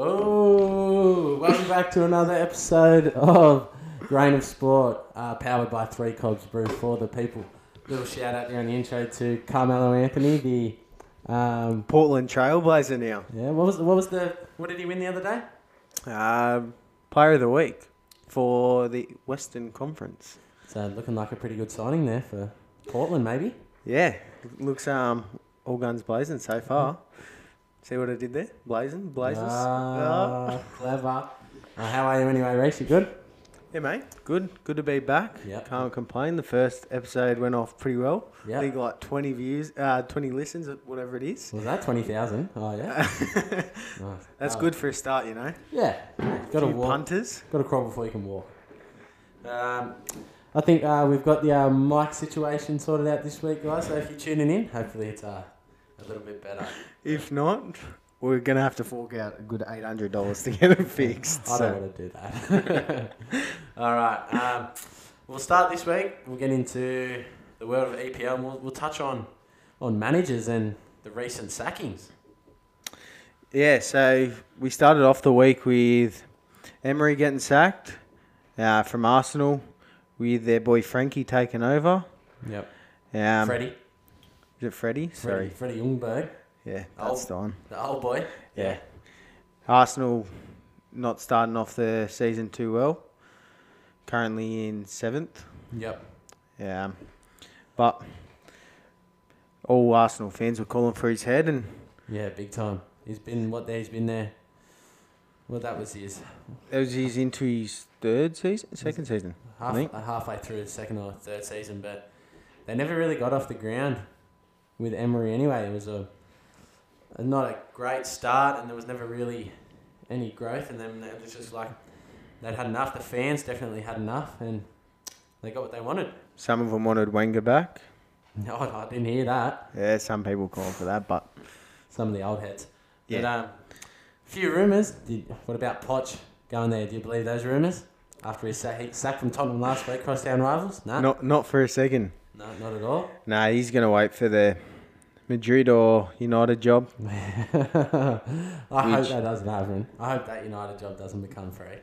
Oh, welcome back to another episode of Grain of Sport, uh, powered by Three Cobs Brew for the people. Little shout out there on the intro to Carmelo Anthony, the um, Portland Trailblazer now. yeah, what was what was the what did he win the other day? Um, player of the week for the Western Conference. So looking like a pretty good signing there for Portland, maybe. Yeah, looks um all guns blazing so far. See what I did there? Blazing, blazers. Ah. Ah, clever. Uh, how are you anyway, Reese? You good? Yeah, mate. Good, good to be back. Yep. Can't complain. The first episode went off pretty well. Yep. I think like twenty views, uh, twenty listens, whatever it is. Was that twenty thousand? Oh yeah, Nice. That's Oh, good for a start, you know. Yeah, got to Few walk. punters. Got to crawl before you can walk. Um, I think uh, we've got the uh, mic situation sorted out this week, guys. So if you're tuning in, hopefully it's uh, a little bit better. If not, we're gonna have to fork out a good eight hundred dollars to get it fixed. I so. don't want to do that. All right. Um, we'll start this week. We'll get into the world of EPL and we'll, we'll touch on, on managers and the recent sackings. Yeah, so we started off the week with Emery getting sacked uh, from Arsenal, with their boy Frankie taking over. Yep. Um, Freddie. Is it Freddie? Freddie. Sorry. Freddie Jungberg, Yeah, Oh. that's the one. the old boy. Yeah. Arsenal not starting off the season too well. Currently in seventh. Yep. Yeah. But all Arsenal fans were calling for his head, and Yeah, big time. He's been, what, he's been there. Well, that was his that was he's into his third season, second season. half, think. uh, halfway through the second or third season, but they never really got off the ground with Emery anyway. It was a, a not a great start, and there was never really any growth in them. It was just like they'd had enough. The fans definitely had enough, and they got what they wanted. Some of them wanted Wenger back. No, I didn't hear that. Yeah, some people call for that, but Some of the old heads. But, Yeah. um, few rumours. Did, what about Poch going there? Do you believe those rumours? After he sa- he sacked from Tottenham last week, crosstown rivals? No, not not for a second. no, not at all. Nah, he's gonna wait for the Madrid or United job. I hope Which- that doesn't happen. I hope that United job doesn't become free.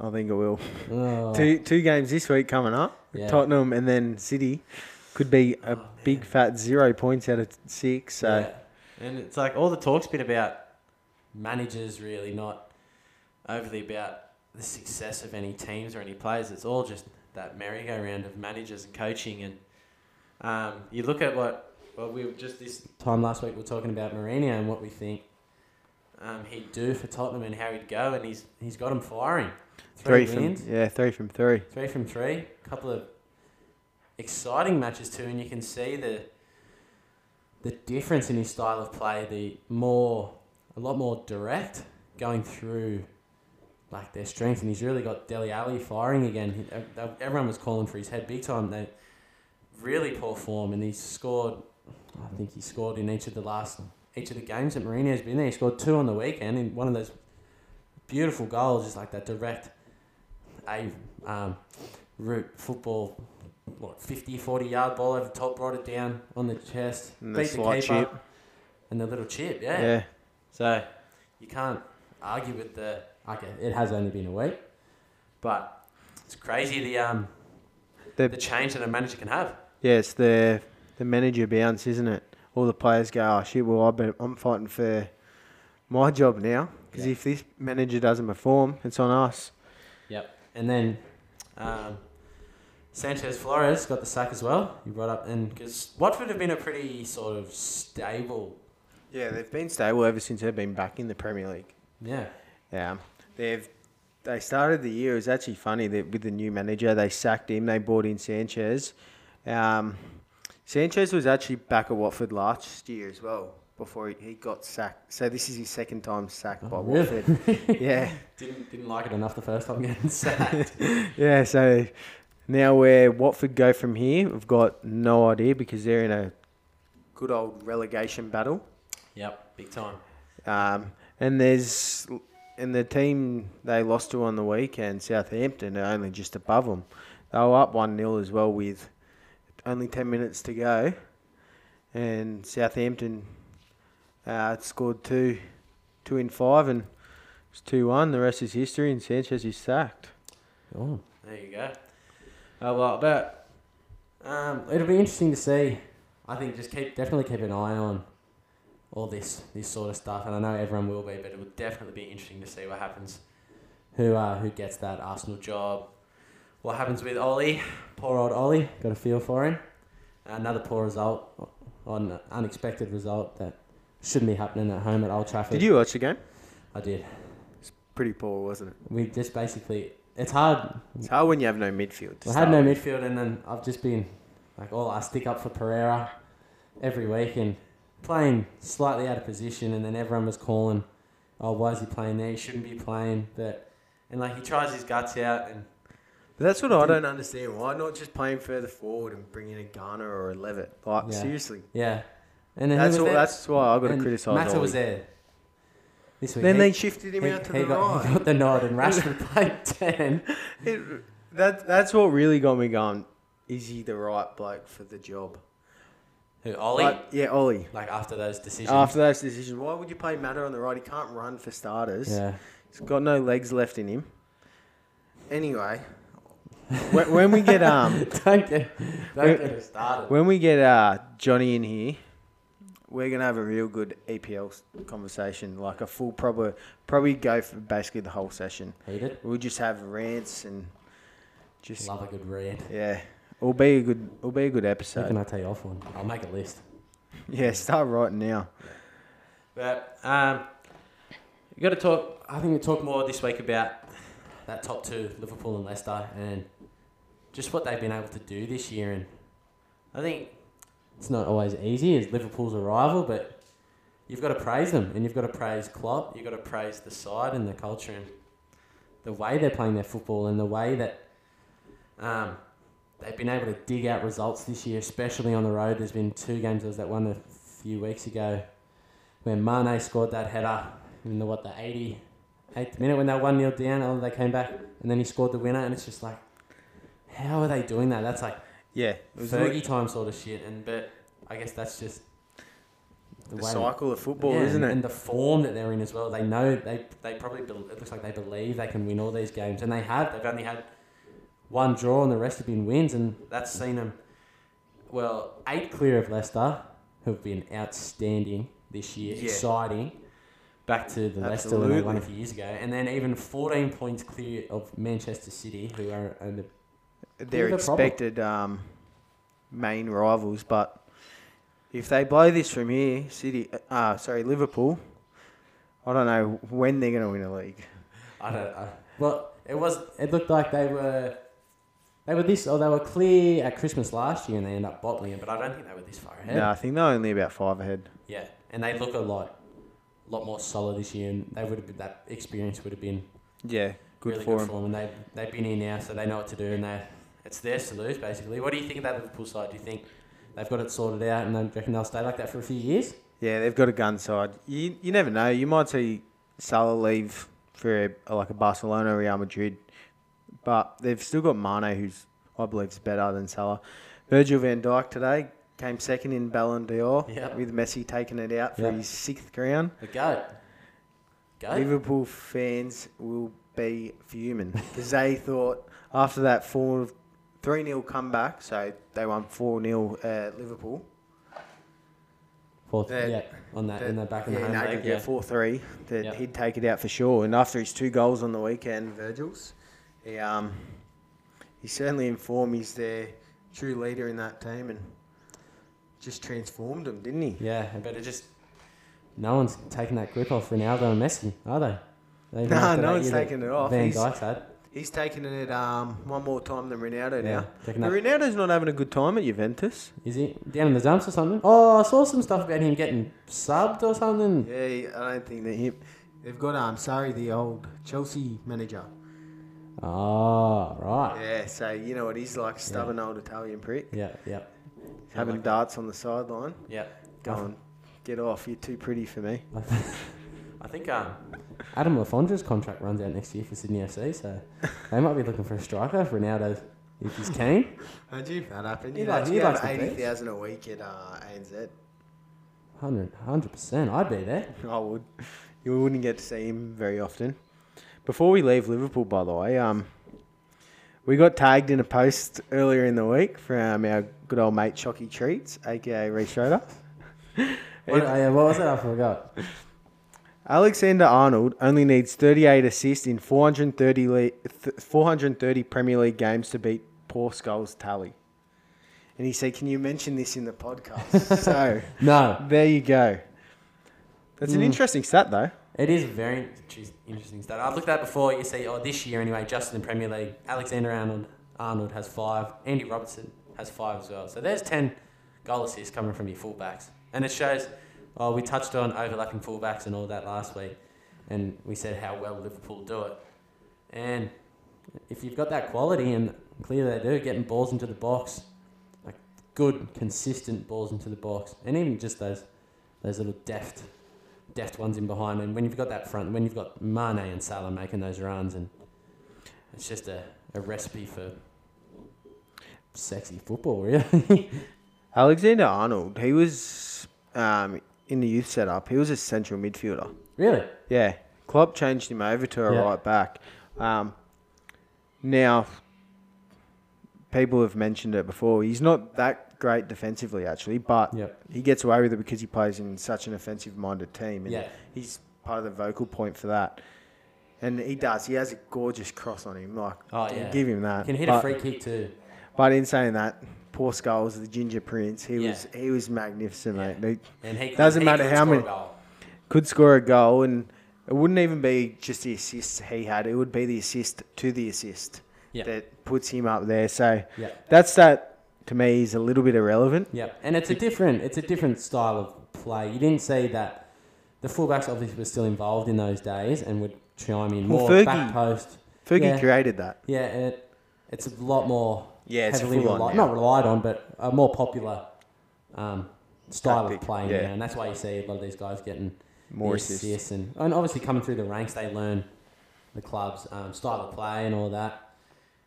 I think it will. Oh, Two two games this week coming up. Yeah. Tottenham and then City could be a Oh, big fat zero points out of six. So yeah. and it's like all the talk's been about managers really not overly about the success of any teams or any players. It's all just that merry-go-round of managers and coaching. And um, you look at what well we were just this time last week we were talking about Mourinho and what we think um, he'd do for Tottenham and how he'd go, and he's he's got him firing. three, wins. from yeah, three from three. Three from three. A couple of exciting matches too, and you can see the the difference in his style of play. The more, a lot more direct, going through like their strength, and he's really got Deli Ali firing again. He- ev- ev- Everyone was calling for his head big time. They really poor form, and he's scored. I think he scored in each of the last each of the games that Mourinho's been there. He scored two on the weekend, and one of those beautiful goals, just like that direct a um, root football, what, 50, 40 yard ball over the top, brought it down on the chest, And the slight chip. and the little chip, Yeah. yeah. So you can't argue with the. Okay, it has only been a week, but it's crazy the um The- the change that a manager can have. Yeah, it's the the manager bounce, isn't it? All the players go, oh shit, well, I've been, I'm fighting for my job now because Yeah. if this manager doesn't perform, it's on us. Yep. And then um, Sanchez Flores got the sack as well. You brought up and because Watford have been a pretty sort of stable. Yeah, they've been stable ever since they've been back in the Premier League. Yeah. Yeah, they've they started the year. It was actually funny that with the new manager, they sacked him. They brought in Sanchez. Um, Sanchez was actually back at Watford last year as well before he, he got sacked. So this is his second time sacked by Oh, really? Watford. yeah. Didn't didn't like it enough the first time getting sacked. Yeah, so now where Watford go from here, we've got no idea because they're in a good old relegation battle. yep. Big time. Um, and there's and the team they lost to on the weekend, Southampton, are only just above them. They were up one 0 as well with only ten minutes to go, and Southampton uh, scored two two in five, and it's two one. The rest is history, and Sanchez is sacked. Oh, there you go. Oh well, but um, it'll be interesting to see. I think just keep definitely keep an eye on all this this sort of stuff, and I know everyone will be, but it will definitely be interesting to see what happens. Who uh, who gets that Arsenal job? What happens with Ollie? Poor old Ollie. Got a feel for him. Another poor result, or an unexpected result that shouldn't be happening at home at Old Trafford. Did you watch the game? I did. Pretty poor, wasn't it? We just basically. It's hard. It's hard when you have no midfield. to I had start no with. midfield, and then I've just been like, all I stick up for Pereira every week and playing slightly out of position, and then everyone was calling, "Oh, why is he playing there? He shouldn't be playing." But and like he tries his guts out, and But that's what I don't understand. Why not just play him further forward and bring in a Garner or a Levitt? Like Yeah. seriously, yeah, and then he that's was all, there, that's why I got to and criticise. Mata was Ollie. there this week. Then He- they shifted him he, out to he the got, right. he got the nod, and Rashford played ten. It, that that's what really got me going. Is he the right bloke for the job? Who Ollie? Like, Like, yeah, Ollie. after those decisions. After those decisions, why would you play Matter on the right? He can't run for starters. yeah, He's got no legs left in him. Anyway, when, when we get um, don't get don't get us started. when we get uh, Johnny in here, we're gonna have a real good E EPL conversation, like a full proper, probably go for basically the whole session. Hated. We'll just have rants and just Love a good rant. yeah. It'll be a good, it'll be a good Who can episode. I tell you off on? I'll make a list. Yeah, start right now. But um, you got to talk. I think we talk more this week about that top two, Liverpool and Leicester, and just what they've been able to do this year. And I think it's not always easy as Liverpool's a rival, but you've got to praise them, and you've got to praise Klopp. You've got to praise the side and the culture and the way they're playing their football and the way that um, they've been able to dig out results this year, especially on the road. There's been two games. There was that one a few weeks ago where Mane scored that header in the what the 88th minute when they were one 0 down. Oh, they came back and then he scored the winner, and it's just like, how are they doing that? That's like Yeah, it was Fergie like time sort of shit. And but I guess that's just the, way- cycle of football, yeah, isn't and, it? And the form that they're in as well. They know they they probably bel it looks like they believe they can win all these games, and they have. They've only had one draw, and the rest have been wins, and that's seen them. Well, eight clear of Leicester, who've been outstanding this year, Yeah. exciting. Back to the Leicester when they won Absolutely. a few years ago, and then even 14 points clear of Manchester City, who are in the They're the problem. expected um, main rivals, but if they blow this from here, City, uh, sorry, Liverpool, I don't know when they're going to win a league. I don't. I, well, it was. It looked like they were. They were this, or they were clear at Christmas last year, and they end up bottling it. But I don't think they were this far ahead. No, I think they're only about five ahead. Yeah, and they look a lot, lot more solid this year, and they would have been, that experience would have been Yeah, good really for good them. for them. And they they've been here now, so they know what to do, and they it's theirs to lose basically. What do you think of that Liverpool side? Do you think they've got it sorted out, and they reckon they'll stay like that for a few years? Yeah, they've got a gun side. You, you never know. You might see Salah leave for a, like a Barcelona or Real Madrid, but they've still got Mane, who's I believe is better than Salah. Virgil van Dijk today came second in Ballon d'Or Yeah. with Messi taking it out for Yeah. his sixth crown. The goat. Goat. Liverpool fans will be fuming because they thought after that four, three 0 comeback, so they won four 0 at Liverpool. Fourth, that- yeah, on that, in the back in yeah, the home in leg, aggregate, yeah. four three. That Yeah. he'd take it out for sure. And after his two goals on the weekend, Virgil's, he um, he certainly informed he's their true leader in that team and just transformed them, didn't he? Yeah, but it just no one's taking that grip off Ronaldo and Messi, are they? They've No, knocked it no out one's yet. taking it off. Van He's- Dijk's had. He's taking it um one more time than Ronaldo Yeah, now. But taking that- Ronaldo's not having a good time at Juventus. Is he down in the dumps or something? Oh, I saw some stuff about him getting subbed or something. Yeah, he- I don't think that him. They've got um sorry the old Chelsea manager. Oh, right. Yeah, so you know what he's like, stubborn old Italian prick, Yeah, yeah, having darts on the sideline, yeah. going, get off, you're too pretty for me. I think um, Adam Lafondra's contract runs out next year for Sydney FC, so they might be looking for a striker if Ronaldo, if he's keen. Imagine if that happened. He You like- know, he you likes have the eighty beats. thousand a week at uh, ANZ. 100 percent. I'd be there. I would. You wouldn't get to see him very often. Before we leave Liverpool, by the way, um, we got tagged in a post earlier in the week from our good old mate Chocky Treats, aka Reece Schroeder. What, yeah, what was that? I forgot. Alexander Arnold only needs 38 assists in 430, le- th- 430 Premier League games to beat Paul Skull's tally. And he said, Can you mention this in the podcast? so No, there you go. That's an Mm. interesting stat, though. it is very geez, interesting stat. I've looked at it before. You see, oh, this year anyway, just in the Premier League, Alexander Arnold, Arnold has five. Andy Robertson has five as well. So there's 10 goal assists coming from your fullbacks. And it shows, oh, we touched on overlapping fullbacks and all that last week. And we said how well Liverpool do it. And if you've got that quality, and clearly they do, getting balls into the box, like good, consistent balls into the box, and even just those those little deft, deft ones in behind. And when you've got that front, when you've got Mane and Salah making those runs, and it's just a, a recipe for sexy football, really. Alexander Arnold, he was um, in the youth setup, he was a central midfielder. really. Yeah, Klopp changed him over to a Yeah. right back. Um, now, people have mentioned it before. He's not that great defensively, actually, but Yep. he gets away with it because he plays in such an offensive-minded team, and Yeah. he's part of the vocal point for that. And he does. He has a gorgeous cross on him. Like, Oh, yeah. give him that. Can hit but, a free kick too. But in saying that, poor Skulls, the Ginger Prince, he Yeah. was he was magnificent, Yeah. mate. They And he Doesn't he matter could how score a many- goal. could score a goal, and it wouldn't even be just the assists he had. It would be the assist to the assist Yeah. that puts him up there. So Yeah. that's that. To me, is a little bit irrelevant. Yeah, and it's a different it's a different style of play. You didn't see that the fullbacks obviously were still involved in those days and would chime in Well, more Fergie- back post. Fergie Yeah. created that. Yeah, it, it's a lot more Yeah, it's heavily full on relied, now. not relied on, but a more popular um, style Tactic, of playing. yeah. now. and that's why you see a lot of these guys getting More the assists. and, and obviously coming through the ranks, they learn the club's um, style of play and all that.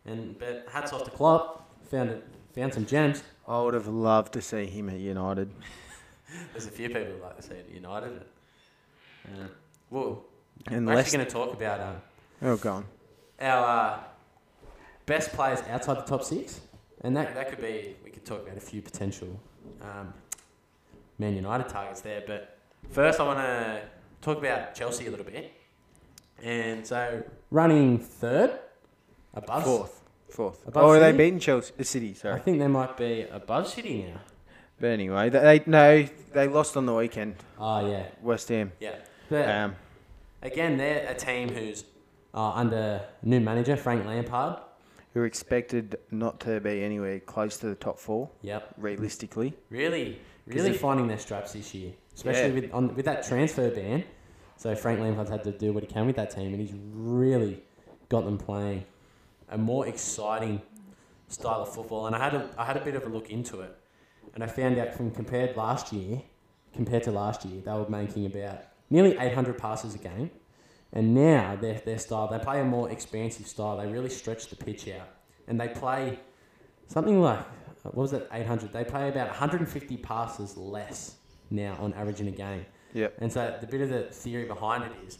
And but hats off to Klopp, found it, found some gems. I would have loved to see him at United. There's a few people who like to see it at United. Yeah. Well, And we're actually Leicester. going to talk about um, Oh, gone. our uh, best players outside the top six, and that that could be we could talk about a few potential um, Man United targets there. But first, I want to talk about Chelsea a little bit, and so running third, above Fourth. Fourth. Above Oh, they City? beaten Chelsea uh, City. I Sorry, think they might be above City now. but anyway, they, they no, they lost on the weekend. Oh yeah, West Ham. yeah. But Um, again, they're a team who's uh, under new manager Frank Lampard. who were expected not to be anywhere close to the top four, Yep. realistically. Really, really it- finding their straps this year, especially Yeah. with on, with that transfer ban. So Frank Lampard's had to do what he can with that team, and he's really got them playing a more exciting style of football. And I had a, I had a bit of a look into it, and I found out from compared last year, compared to last year, they were making about nearly 800 passes a game, and now their their style they play a more expansive style. They really stretch the pitch out, and they play something like what was it 800 they play about 150 passes less now on average in a game Yep. and so the bit of the theory behind it is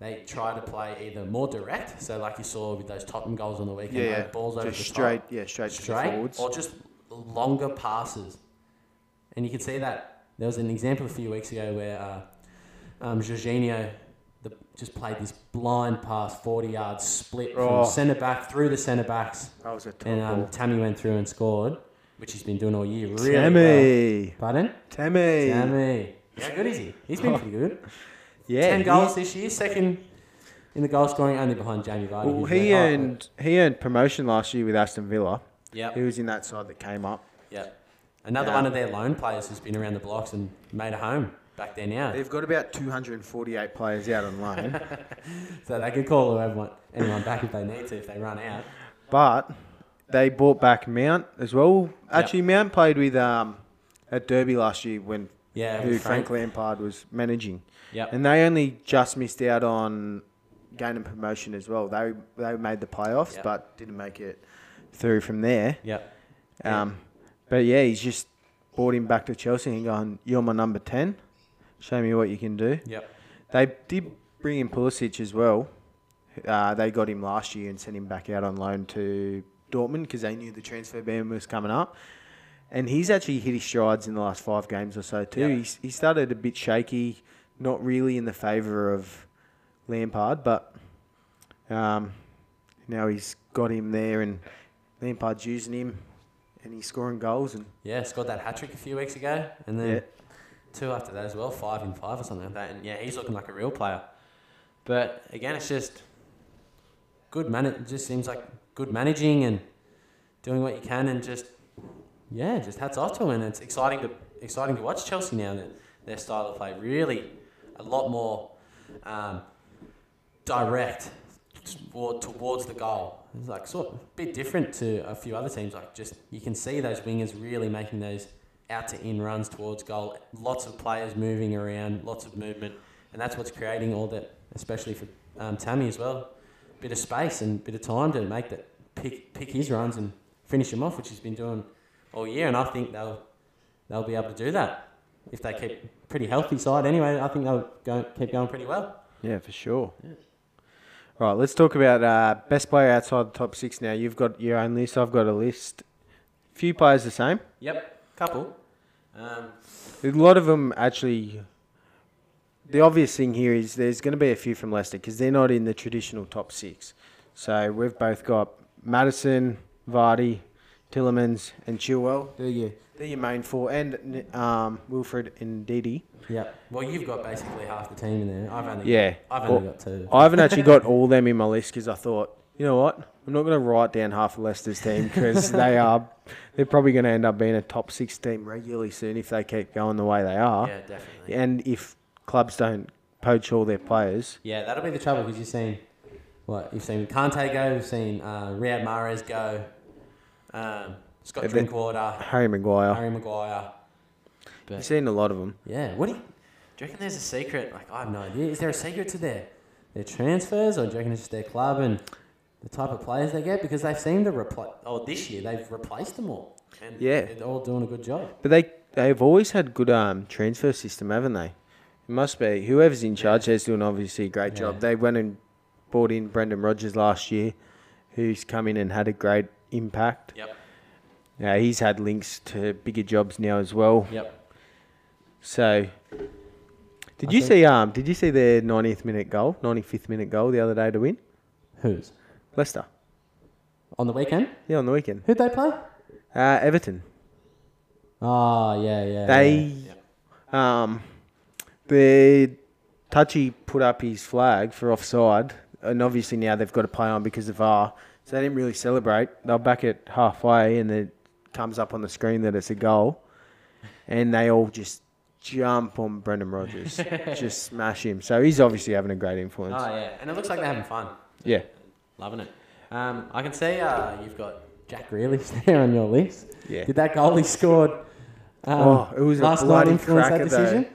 they try to play either more direct so like you saw with those Tottenham goals on the weekend Yeah, like yeah. balls over just the straight, top, yeah, straight, to the straight forwards. or just longer passes and you can see that there was an example a few weeks ago where uh, um, Jorginho the, just played this blind pass 40 yards split from Oh. centre back through the centre backs That was a top and um, Tammy went through and scored, which he's been doing all year. Really well. Tammy, Pardon? Tammy, Tammy. How good is he? He's been pretty good. Oh. yeah, Ten he- goals this year, second in the goal scoring, only behind Jamie Vardy. Well, who's he led- oh, earned he earned promotion last year with Aston Villa. He Yep. was in that side that came up. Yep. Another Yeah. one of their loan players who's been around the blocks and made a home back there now. They've got about 248 players out on loan, So they could call everyone, anyone back if they need to, if they run out. but they bought back Mount as well. Actually, Mount played with um, at Derby last year when Yeah, who with Frank. Frank. Lampard was managing, Yep. and they only just missed out on gaining promotion as well. They they made the playoffs, Yep. but didn't make it through from there. Yep. Yeah. Um, but yeah, he's just brought him back to Chelsea and going, "You're my number ten. Show me what you can do." Yep. They did bring in Pulisic as well. Uh, they got him last year and sent him back out on loan to Dortmund because they knew the transfer ban was coming up. And he's actually hit his strides in the last five games or so too. Yeah. He's, he started a bit shaky, not really in the favour of Lampard, but um, now he's got him there and Lampard's using him and he's scoring goals and Yeah, scored that hat trick a few weeks ago, and then Yeah. two after that as well, five and five or something like that. And yeah, he's looking like a real player. But again, it's just good man. It just seems like good managing and doing what you can, and just yeah, just hats off to him. And it's exciting to exciting to watch Chelsea now. That their style of play really a lot more um, direct toward, towards the goal. It's like sort of a bit different to a few other teams. Like just you can see those wingers really making those out to in runs towards goal. Lots of players moving around, lots of movement, and that's what's creating all that, especially for um, Tammy as well. Bit of space and bit of time to make that pick pick his runs and finish him off, which he's been doing all year. And I think they'll they'll be able to do that if they keep pretty healthy side. Anyway, I think they'll go, keep going pretty well. Yeah, for sure. Right, let's talk about uh, best player outside the top six now. You've got your own list, I've got a list. Few players the same. Yep, couple. Um, A lot of them actually. The obvious thing here is there's going to be a few from Leicester because they're not in the traditional top six. So we've both got Madison, Vardy, Tillemans, and Chilwell. They're your, they're your main four, and um, Wilfred and Didi. Yeah. Well, you've got basically half the team in there. I've only Yeah. I've Well, only got two. I haven't actually got all them in my list because I thought, you know what, I'm not going to write down half of Leicester's team because they are, they're probably going to end up being a top six team regularly soon if they keep going the way they are, Yeah, definitely. Yeah. and if clubs don't poach all their players. that'll be the trouble because you've seen what you've seen Kante go, you've seen uh, Riyad Mahrez go, um, Scott Yeah, but- Drinkwater, Harry Maguire, Harry Maguire. But- you've seen a lot of them. Yeah. What do you, do you reckon? There's a secret? Like I have no idea. Is there a secret to their their transfers, or do you reckon it's just their club and the type of players they get? Because they've seemed to replace. Oh, this year they've replaced them all. And Yeah. they're all doing a good job. But they they've always had good um transfer system, haven't they? It must be whoever's in charge there's doing obviously a great Yeah. job. They went and brought in Brendan Rodgers last year, who's come in and had a great impact. Yep. Yeah, he's had links to bigger jobs now as well. Yep. So, did I you think- see um? Did you see their 90th minute goal, 95th minute goal the other day to win Who's Leicester? on the weekend? Yeah, on the weekend. Who'd they play? Uh, Everton. Oh, yeah, yeah. They, um, the touchy put up his flag for offside, and obviously now they've got to play on because of VAR. So they didn't really celebrate. They'll back it halfway, and it comes up on the screen that it's a goal, and they all just jump on Brendan Rodgers, just smash him. So he's obviously having a great influence. Oh, yeah. And it looks like they're having fun. Yeah. Loving it. Um, I can see uh, you've got Jack Grealish there on your list. Yeah. Did that goal he scored um, Oh, it was a last night bloody influence that cracker, though. decision?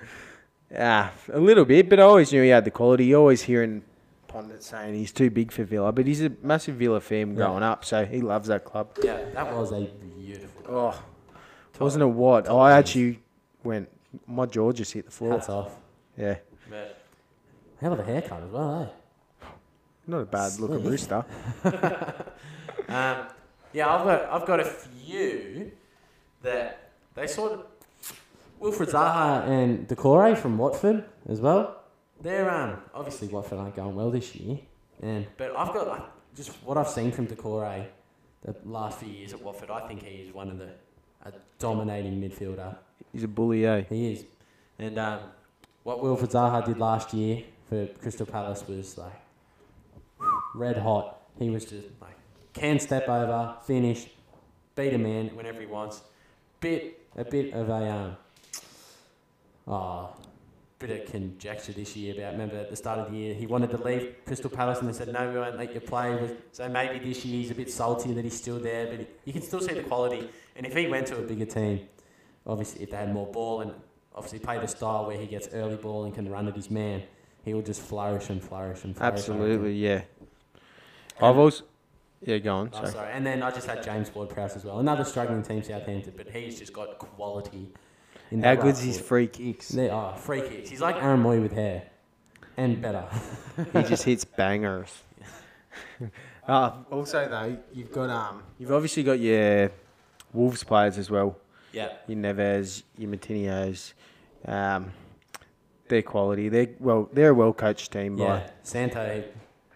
Ah, a little bit, but I always knew he had the quality. You always hearing pundits saying he's too big for Villa, but he's a massive Villa fan growing up, so he loves that club. Yeah, that was a beautiful goal. Oh, wasn't it what? I actually went. My jaw just hit the floor. Hats off. Yeah, Hell of a haircut as well, eh? not a bad looking Slick. rooster. eh? Um, yeah, I've got, I've got a few that they sort of. Wilfred Zaha and Decore eh, from Watford as well. They're um, obviously Watford aren't going well this year, and but I've got like, just what I've seen from Decore eh, the last few years at Watford. I think he is one of the a dominating midfielder. He's a bully, eh? He is, and um, what Wilfred Zaha did last year for Crystal Palace was like red hot. He was just like can step over, finish, beat a man whenever he wants. Bit a bit of a um, oh, bit of conjecture this year about remember at the start of the year he wanted to leave Crystal Palace and they said no we won't let you play with so maybe this year he's a bit salty that he's still there but you can still see the quality and if he went to a bigger team obviously if they had more ball and obviously played a style where he gets early ball and can run at his man he will just flourish and flourish and flourish I reckon. Absolutely, yeah. I've also. Yeah, go on. Oh, Sorry. sorry. And then I just had James Ward Prowse as well. Another struggling team, Southampton, but he's just got quality. In How that good's right his foot. free kicks? They are free kicks. He's like Aaron Moy with hair. and better. he just hits bangers. uh, also though, you've got um, you've obviously got your Wolves players as well. yeah. Your Neves, your Martinios, um, their quality. They're well, they're a well coached team Yeah. Santo,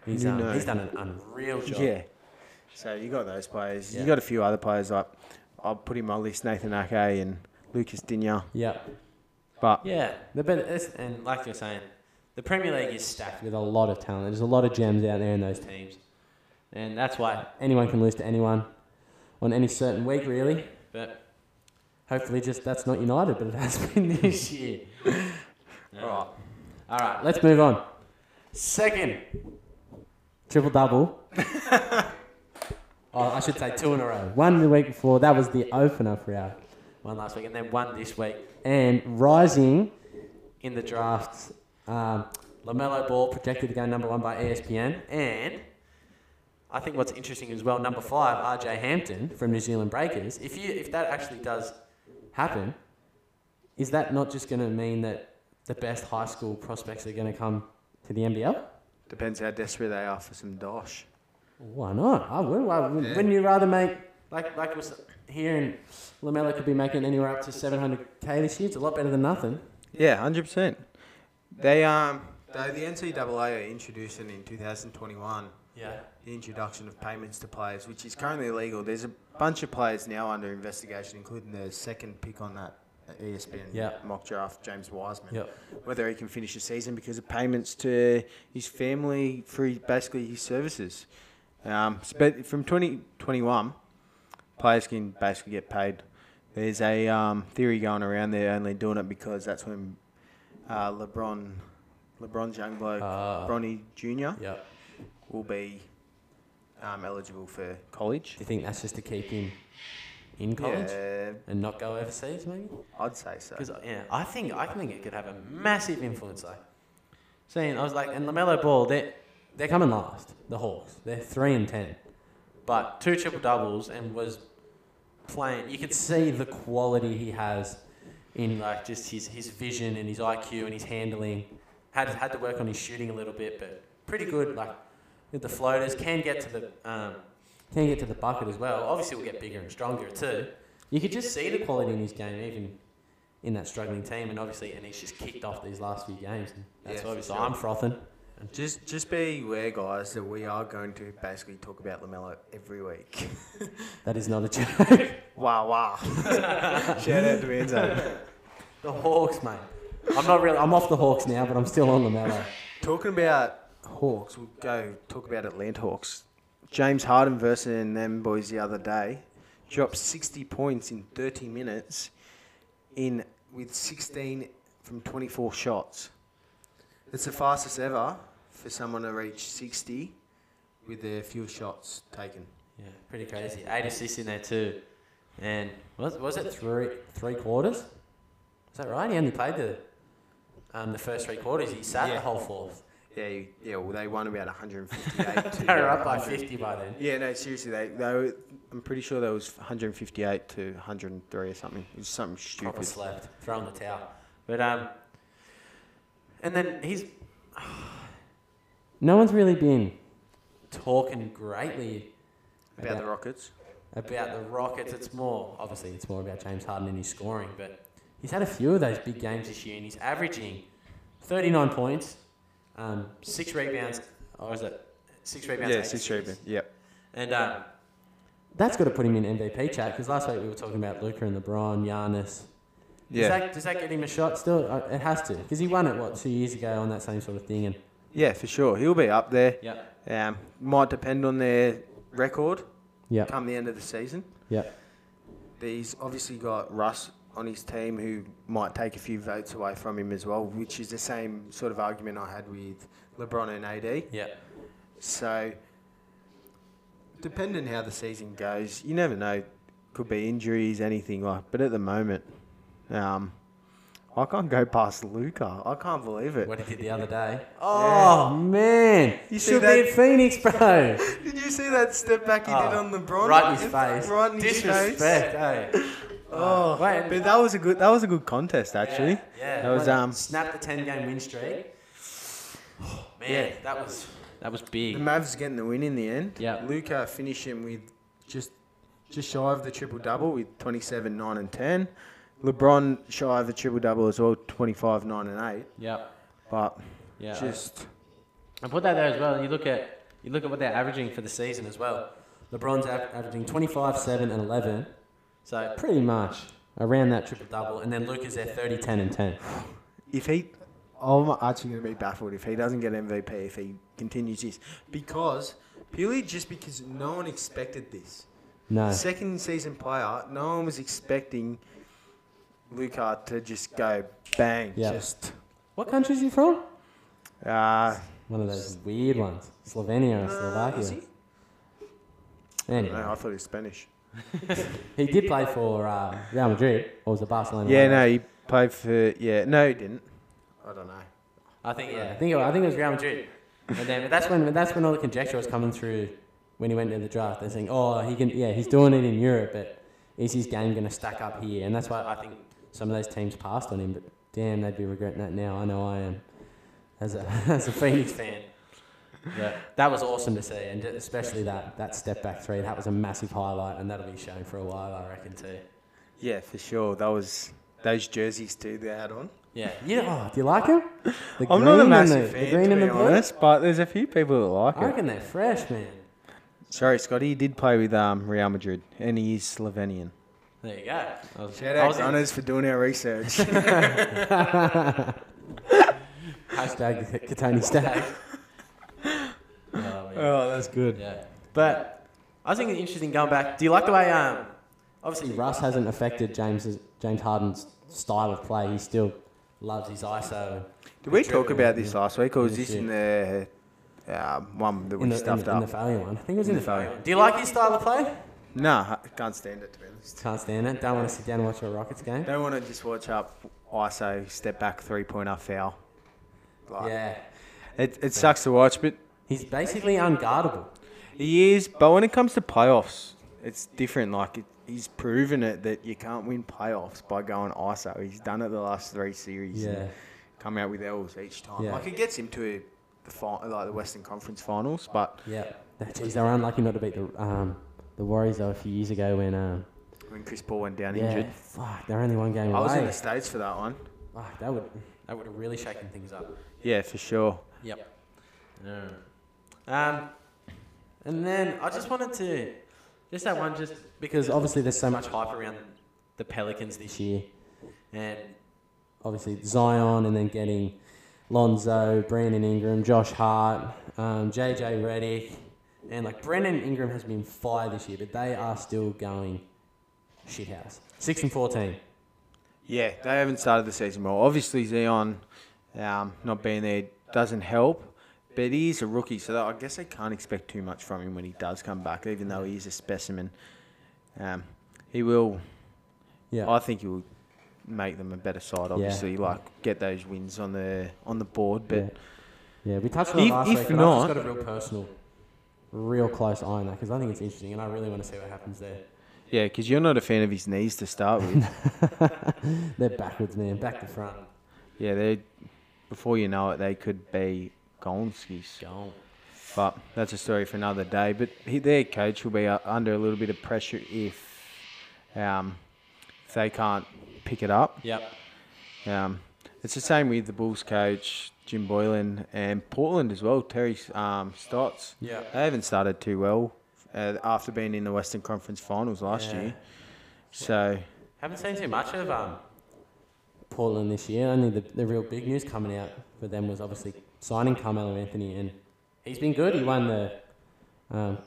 he's, You um, know. he's done an unreal by job. yeah. So you got those players. Yeah. You got a few other players like I'll put in my list Nathan Ake and Lucas Dinya, Yeah. but Yeah, the but it's, and like you're saying, the Premier League is stacked with a lot of talent. There's a lot of gems out there in those teams, and that's why anyone can lose to anyone on any certain week, really. But hopefully, just that's not United, but it has been this year. All right, all right, let's move on. Second triple double. oh, I should say two in a row. One the week before. That was the opener for our one last week, and then one this week. And rising in the drafts, um, Lamelo Ball projected to go number one by E ESPN, and I think what's interesting as well, number five, RJ Hampton from New Zealand Breakers. If you if that actually does happen, is that not just going to mean that the best high school prospects are going to come to the NBL? depends how desperate they are for some dosh. Why not? I would. Why, would- Wouldn't you rather make like like was hearing Lamella could be making anywhere up to seven hundred k this year? It's a lot better than nothing. Yeah, hundred percent. They um, though the NCAA are introducing in 2021 Yeah. the introduction of payments to players, which is currently illegal. There's a bunch of players now under investigation, including the second pick on that E ESPN Yeah. mock draft, James Wiseman. Yep. Whether he can finish the season because of payments to his family for his- basically his services. Um, but from 2021, players can basically get paid. There's a um, theory going around they're only doing it because that's when uh, LeBron, LeBron's young bloke, Ah. Bronny Jr Yep. will be um, eligible for college. Do you think that's just to keep him in college Yeah, and not go overseas, maybe? I'd say so. Because yeah, I think I think it could have a massive influence. Like, seeing I was like, and Lamelo Ball, they they're coming last. The Hawks, they're three and ten, but two triple doubles and was playing. You could see the quality he has in like just his his vision and his IQ and his handling. Had had to work on his shooting a little bit, but pretty good. Like with the floaters, can get to the um, can get to the bucket as well. Obviously, will get bigger and stronger too. You could just see the quality in his game, even in that struggling team, and obviously, and he's just kicked off these last few games. And that's why Yeah, for obviously sure. I'm frothing. Just, just be aware, guys, that we are going to basically talk about Lamelo every week. That is not a joke. wow, wow! Shout out to Enzo. the Hawks, mate. I'm not really. I'm off the Hawks now, but I'm still on the mellow. Talking about Hawks, we'll go talk about Atlanta Hawks. James Harden versus them boys the other day dropped 60 points in 30 minutes, in with 16 from 24 shots. It's the fastest ever for someone to reach 60 with their few shots taken. Yeah, pretty crazy. Eight assists in there too, and was was it three three quarters? Is that right? He only played the um, the first three quarters. He sat the Yeah. whole fourth. Yeah, you, yeah. Well, they won about 158. to They were up by 100. 50 by then. Yeah, no, seriously, they, they were, I'm pretty sure that was 158 to 103 or something. It was something Proper stupid. slept, throwing the towel. But um, and then he's. no one's really been talking greatly About the Rockets. about the Rockets. It's more obviously it's more about James Harden and his scoring, but he's had a few of those big games this year, and he's averaging 39 points, um, six rebounds, or is it six rebounds? Yeah, eight six assists. rebound. Yep. And um, that's got to put him in MVP chat because last week we were talking about Luca and LeBron, Giannis. Yeah. Does that, does that get him a shot still? Uh, It has to because he won it what two years ago on that same sort of thing, and yeah, for sure. He'll be up there. yeah, Um, might depend on their record yeah, come the end of the season. yeah, He's obviously got Russ on his team who might take a few votes away from him as well, which is the same sort of argument I had with LeBron and AD. yeah, So, depending how the season goes, you never know. Could be injuries, anything like. But at the moment, um, I can't go past Luca. I can't believe it. What he did the other day. Oh man, You you see should be that? at Phoenix, bro. Did you see that step back he did Oh, on LeBron? Right in his Yeah, face. Right in his Disrespect, face. eh? Oh, Wait. but that was a good. That was a good contest, actually. Yeah. That was um. Snap the 10 game win streak. Man, Yeah. that was that was The big. Mavs getting the win in the end. Yeah. Luca finishing with just just shy of the triple double with 27, 9, and 10. LeBron shy of the triple double as well, 25, 9, and 8. Yep. But Yeah. just I put that there as well. You look at you look at what they're averaging for the season as well. LeBron's av- averaging 25, 7, and 11. So pretty much around that triple double. And then Luca's there 30, 10, and 10. if he, I'm actually going to be baffled if he doesn't get MVP if he continues this because purely just because no one expected this. Uh. No. Second season player, no one was expecting Luca to just go bang. Yeah. Just What country is he from? uh, One of those weird ones. Slovenia or uh, is he? Slovakia. Anyway, No, I thought he was Spanish. he did play for uh, Real Madrid, or was it Barcelona? Yeah, no, he played for. Yeah, no, he didn't. I don't know. I think yeah, I think it, I think it was Real Madrid. And then, but that's when that's when all the conjecture was coming through when he went to the draft. They're saying, oh, he can, yeah, he's doing it in Europe, but is his game going to stack up here? And that's why I think some of those teams passed on him. But damn, they'd be regretting that now. I know I am, as a as a Phoenix fan. But that was awesome to see, and especially that that step back three. That was a massive highlight, and that'll be shown for a while, I reckon too. Yeah, for sure. That was those jerseys too they had on. Yeah, yeah. Oh, do you like him? The I'm green not a and massive the- the fan, green to and be the blue? honest, but there's a few people that like I it. reckon they're fresh, man. Sorry, Scotty, he did play with um, Real Madrid, and he is Slovenian. There you go. I was, Shout I out was in- Gunners for doing our research. Hashtag Katani Stag. oh, man. oh, that's good. yeah. But I was thinking interesting going back. Do you like the way um obviously Russ hasn't affected James's James Harden's style of play. He still loves his ISO. and- Did we and talk dribbling about and- this last week, or was Yes, this in the uh, one that we in the, in, stuffed the, in the up? failure one? I think it was in, the In the failure. failure. one. Do you like his style of play? Nah, I can't stand it to be honest. Can't stand it. Don't want to sit down and watch a Rockets game. Don't want to just watch up ISO step back three pointer foul. Like, Yeah. It, it sucks to watch, but He's basically unguardable. He is, but when it comes to playoffs, it's different. Like it, he's proven it that you can't win playoffs by going ISO. He's done it the last three series. and Yeah. come out with L's each time. Yeah. Like it gets him to the fi- like the Western Conference Finals, but Yeah. Jeez, they were unlucky not to beat the um the Warriors though a few years ago when um when Chris Paul went down yeah, injured, fuck, they're only one game away. I was in the states for that one. Fuck, that would that would have really shaken things up. Yeah, for sure. Yep. Um, and then I just wanted to just that one just because obviously there's so much hype around the Pelicans this year, and obviously Zion, and then getting Lonzo, Brandon Ingram, Josh Hart, um, JJ Redick, and like Brandon Ingram has been fire this year, but they are still going shithouse. Six and fourteen. Yeah, they haven't started the season well. Obviously, Zion um, not being there doesn't help, but he is a rookie, so I guess they can't expect too much from him when he does come back, even though he is a specimen. Um, he will, Yeah. I think he will make them a better side, obviously, like get those wins on the on the board, but Yeah, we touched on it If- last if week, but I've not- just got a real personal, real close eye on that because I think it's interesting and I really want to see what happens there. yeah, because you're not a fan of his knees to start with. They're backwards, man, back to front. yeah, they before you know it, they could be Gonskis. Gone. But that's a story for another day. But he, their coach will be uh, under a little bit of pressure if, um, if they can't pick it up. Yep. Um, it's the same with the Bulls coach Jim Boylan and Portland as well. Terry um, Stotts. Yeah. they haven't started too well uh, after being in the Western Conference Finals last Yeah. year. So Haven't seen too much of um, Portland this year. Only the, the real big news coming out for them was obviously signing Carmelo Anthony, and he's been good. He won the um,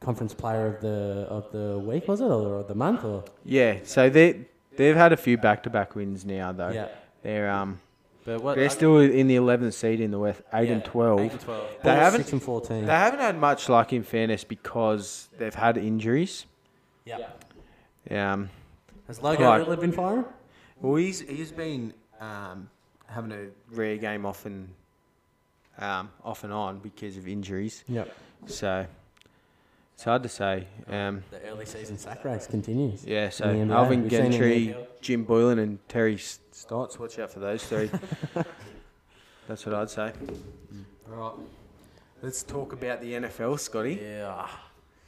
conference player of the of the week, was it, or of the month, or yeah, so they they've had a few back to back wins now though. yeah. They're um But what they're still in the 11th seed in the West, eight yeah, and 12. Eight and twelve. They haven't- Six and fourteen. They haven't had much luck in fairness because they've had injuries. yeah. Um, Has Logan Right. Little been firing? well, he's he's been um, having a rare game off and um, off and on because of injuries. Yep. So it's hard to say. Um, The early season sack race continues. yeah. So In the NBA, Alvin we've seen in the Gentry, NFL. Jim Boylan, and Terry S- Stotts. Watch out for those three. That's what I'd say. All right. Let's talk about the NFL, Scotty. Yeah.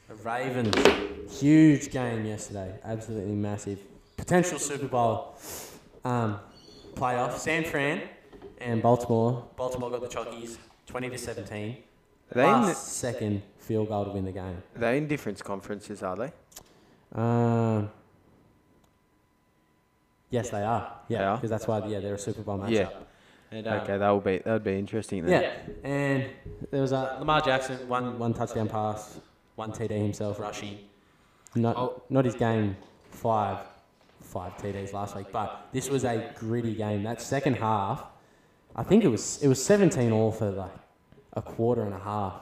The Ravens. Huge game yesterday. Absolutely massive. Potential Super Bowl um, playoff. San Fran and Baltimore. Baltimore got the Chockies 20 to 17. Are they, in, Last second field goal to win the game. are they in different conferences, are they? Um, yes, they are. They Yeah, are? because that's why. Yeah, they're a Super Bowl matchup. Yeah. And, um, okay, that will be that'd be interesting. Then. Yeah, and there was a Lamar Jackson one one touchdown pass, one TD himself rushing. Not not his game five five TDs last week, but this was a gritty game. That second half, I think it was it was seventeen all for like a quarter and a half.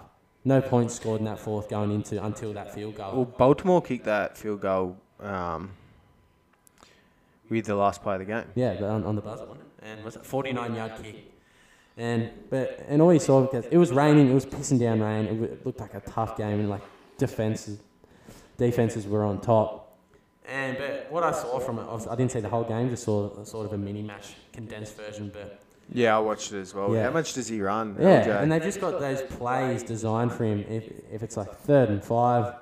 No points scored in that fourth going into until that field goal. Well, Baltimore kicked that field goal um, with the last play of the game. Yeah, but on, on the buzzer, wasn't it? And was it 49 yard kick? And but and all you saw because it was raining, it was pissing down rain. It, w- it looked like a tough game, and like defenses, defenses were on top. And but what I saw from it, obviously, I didn't see the whole game, just saw sort of a mini match condensed version. But Yeah, I watched it as well. Yeah. How much does he run? yeah, LJ? and they've just got those plays designed for him. If if it's like third and five,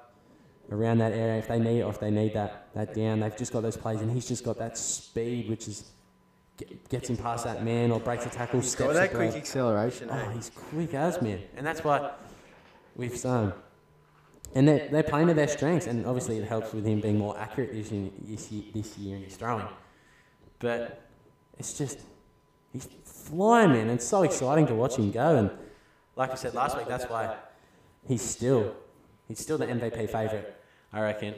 around that area, if they need or if they need that that down, they've just got those plays, and he's just got that speed, which is. get- Gets him past that man or breaks a tackle, He's steps got that a bloke. quick acceleration. eh? Oh, he's quick as man, and that's why we've um, and they they're playing to their strengths, and obviously it helps with him being more accurate this year, this year, this year in his throwing. But it's just he's flying, man. It's so exciting to watch him go, and like I said last week, that's why he's still he's still the MVP favorite, I reckon.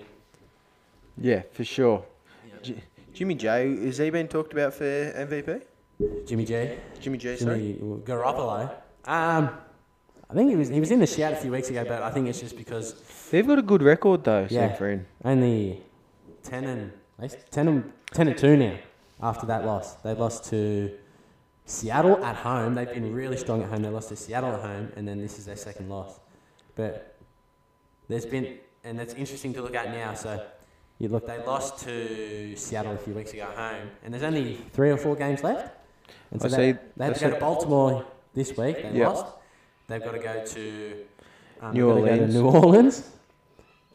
Yeah, for sure. J- Jimmy J, has he been talked about for MVP? Jimmy G, Jimmy J, sorry. Jimmy Garoppolo. Um, I think he was he was in the shout a few weeks ago, but I think it's just because. They've got a good record though, Yeah. San Fran. Only ten and they- ten and ten and two now. After that loss, they lost to Seattle at home. They've been really strong at home. They lost to Seattle at home, and then this is their second loss. But there's been, and that's interesting to look at now. So you look, they lost to Seattle a few weeks ago at home, and there's only three or four games left. And so I they, see- they have I to go see- to Baltimore this week. They Yeah. lost. They've got to go to um, New they've gotta Orleans. Go to New Orleans.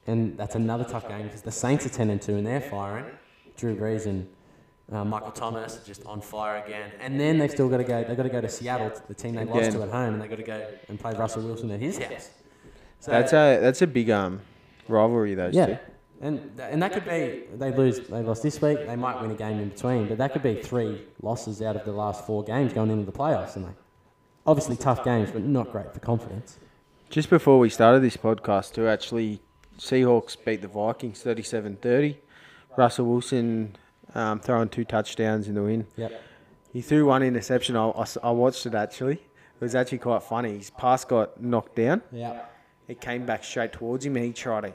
And that's another tough game because the Saints are 10 and 2 and they're firing. Drew Brees and uh, Michael Thomas are just on fire again. And then they've still got to go. They've got to go to Seattle, the team they lost Again. to at home, and they've got to go and play Russell Wilson at his house. So That's a that's a big um rivalry those yeah, two. and th- and that could be they lose. They lost this week. They might win a game in between, but that could be three losses out of the last four games going into the playoffs. And like, obviously tough games, but not great for confidence. Just before we started this podcast too, actually Seahawks beat the Vikings 37-30. Russell Wilson um, throwing two touchdowns in the win. Yep. He threw one interception. I, I s- I watched it actually. It was actually quite funny. His pass got knocked down. Yeah. It came back straight towards him, and he tried to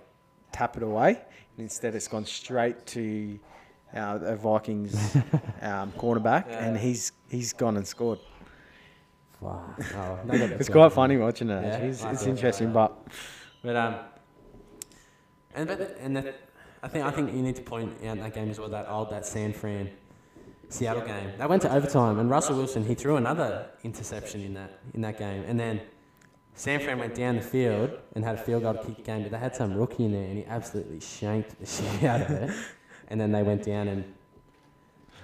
tap it away. And instead, it's gone straight to uh, the Vikings um, cornerback, and he's he's gone and scored. Wow. Oh, they got the It's two. quite funny watching it. Yeah, actually. it's, I it's thought so, interesting, but But um, and but the- and the, I think I think you need to point out in that game as well that old that San Fran Seattle game. They went to overtime and Russell Wilson he threw another interception in that in that game and then San Fran went down the field and had a field goal to kick the game, but they had some rookie in there and he absolutely shanked the shit out of it. And then they went down and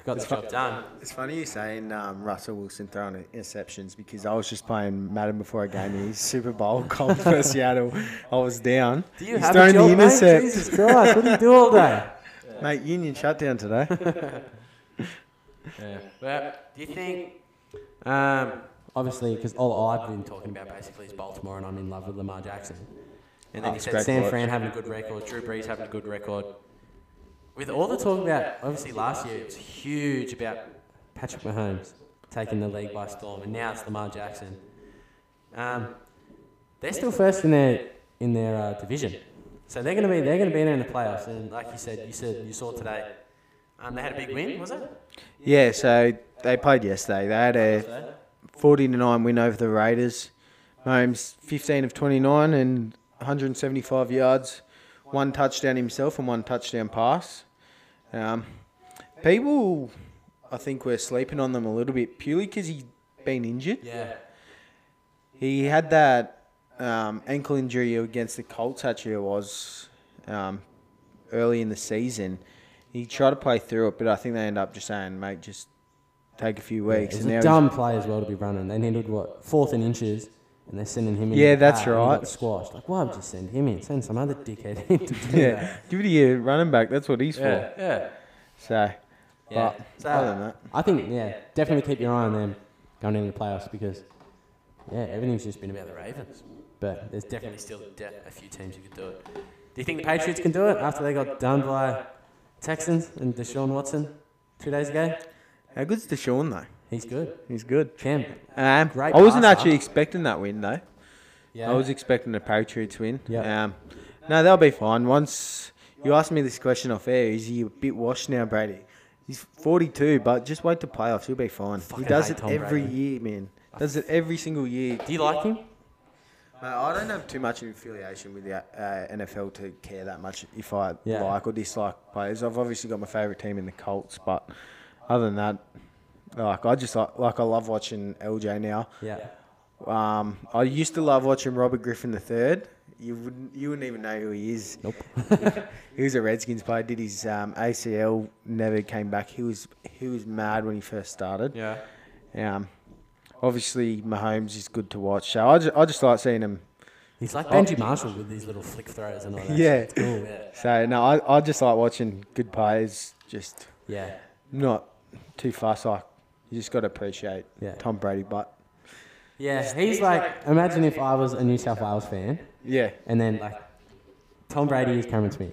got the job done. it's funny you saying um, Russell Wilson throwing interceptions because I was just playing Madden before a game. His Super Bowl comp for Seattle. I was down. Do you He's have a throwing job, the mate? intercept, Jesus Christ, what do you do all day? mate. Union shutdown today. Yeah. Well, do you think? Um, obviously, because all I've been talking about basically is Baltimore, and I'm in love with Lamar Jackson. And then Oh, he it's said great to San watch. Fran having a good record, Drew Brees having a good record. With all the talk about, obviously last year it was huge about Patrick Mahomes taking the league by storm, and now it's Lamar Jackson. Um, they're still first in their in their uh, division, so they're going to be they're going to be there in the playoffs. And like you said, you said you saw today, um, they had a big win, was it? Yeah, so they played yesterday. They had a 40 to 9 win over the Raiders. Mahomes 15 of 29 and 175 yards, one touchdown himself and one touchdown pass. Um, people, I think, were sleeping on them a little bit purely because he been injured. Yeah. He had that um, ankle injury against the Colts, actually, it was um, early in the season. He tried to play through it, but I think they end up just saying, mate, just take a few weeks. It's and now a he's- dumb play as well to be running. They needed what fourth in inches, and they're sending him in. Yeah, the that's pack, and he right. got squashed. Like, why would you send him in? Send some other dickhead in to do that. yeah, give it to your running back. That's what he's for. yeah. So, Yeah. but So- other than that, I think yeah, definitely keep your eye on them going into the playoffs because yeah, everything's just been about the Ravens. But there's definitely still de- a few teams who could do it. Do you think the Patriots can do it after they got done by Texans and Deshaun Watson two days ago? how good's Deshaun though? He's good. He's good. Champ. Um, Great I wasn't passer. actually expecting that win though. Yeah. I was expecting a Patriots win. Yeah. Um, no, they'll be fine. Once you asked me this question off air, is he a bit washed now, Brady? He's 42, but just wait to playoffs. He'll be fine. He Fucking does hate it Tom every Brady. year, man. Does it every single year. do you like him? Mate, I don't have too much affiliation with the uh, NFL to care that much if I Yeah. like or dislike players. I've obviously got my favourite team in the Colts, but other than that, like I just like, like I love watching LJ now. Yeah. Um, I used to love watching Robert Griffin III. You wouldn't, you wouldn't even know who he is. Nope. He was a Redskins player. Did his um, ACL, never came back. He was he was mad when he first started. yeah. Um, obviously Mahomes is good to watch. So I just, I just like seeing him. He's like Benji Marshall with these little flick throws and all that. Yeah. It's cool, yeah. So no, I, I just like watching good players. Just Yeah. not too fast. Like you just got to appreciate Yeah. Tom Brady. But Yeah. He's like, imagine if I was a New South Wales fan yeah, and then like Tom Brady is Cameron Smith.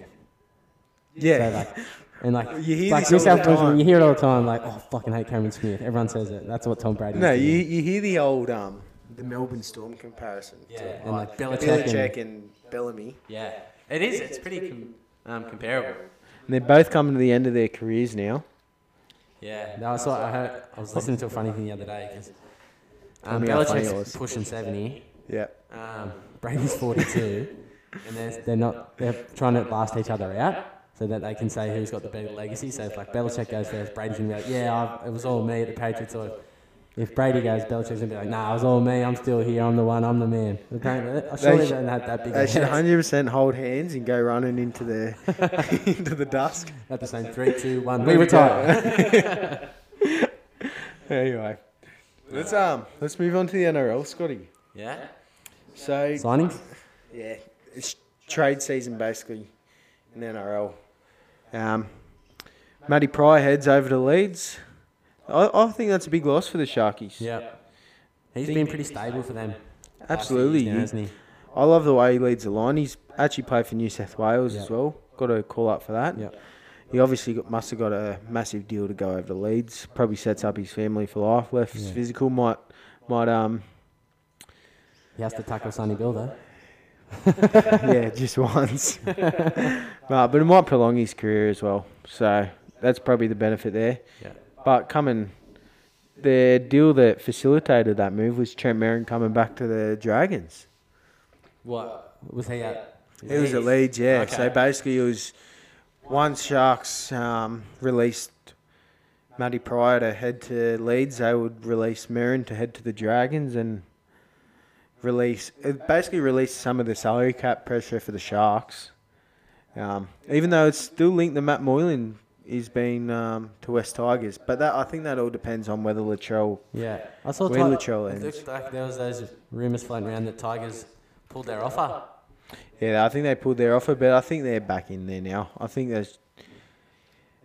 So yeah, like, and like, You hear like this New all South the Wales, time. you hear it all the time. Like, oh, fucking hate Cameron Smith. Everyone says it. That's what Tom Brady. no, is you you hear the old um the Melbourne Storm comparison. Yeah. and like Belichick. Belichick And, and Bellamy. yeah, it is. It's pretty com- um, comparable. And they're both coming to the end of their careers now. Yeah. No, I saw. I heard. I was listening to a funny thing the other day because Tell um, me how funny it was. Belichick's pushing seventy. Yeah. Um, Brady's forty-two, and they're they're not. They're trying to last each other out. So that they can say who's got the better legacy. So if like Belichick goes first, Brady's gonna be like, "Yeah, I, it was all me at the Patriots." Or if Brady goes, Belichick's gonna be like, "Nah, it was all me. I'm still here. I'm the one. I'm the man." Apparently, I surely should- don't have that big. They a should head. 100% hold hands and go running into the into the dusk. At the same three, two, one. We There we retire. Anyway, let's um let's move on to the NRL, Scotty. Yeah. So Signings. yeah, it's trade season basically in the NRL. Um, Matty Pryor heads over to Leeds. I, I think that's a big loss for the Sharkies. Yeah. He's been pretty stable for them. Absolutely. Now, hasn't he? I love the way he leads the line. He's actually played for New South Wales Yep. as well. Got a call up for that. Yep. He obviously got, must have got a massive deal to go over to Leeds. Probably sets up his family for life. Left his Yeah. physical might might um He has to tackle Sonny Bill though. yeah just once. Uh, but it might prolong his career as well. So that's probably the benefit there. Yeah. But coming, the deal that facilitated that move was Trent Merrin coming back to the Dragons. What was he at? It was at Leeds, yeah. Okay. So basically, it was once Sharks um, released Matty Pryor to head to Leeds, they would release Merrin to head to the Dragons and release it basically released some of the salary cap pressure for the Sharks. Um, even though it's still linked to Matt Moylan is being um, to West Tigers, but that I think that all depends on whether Latrell. Yeah, I saw. Where Latrell it ends. looked like there was those rumors floating around that Tigers pulled their offer. Yeah, I think they pulled their offer, but I think they're back in there now. I think there's.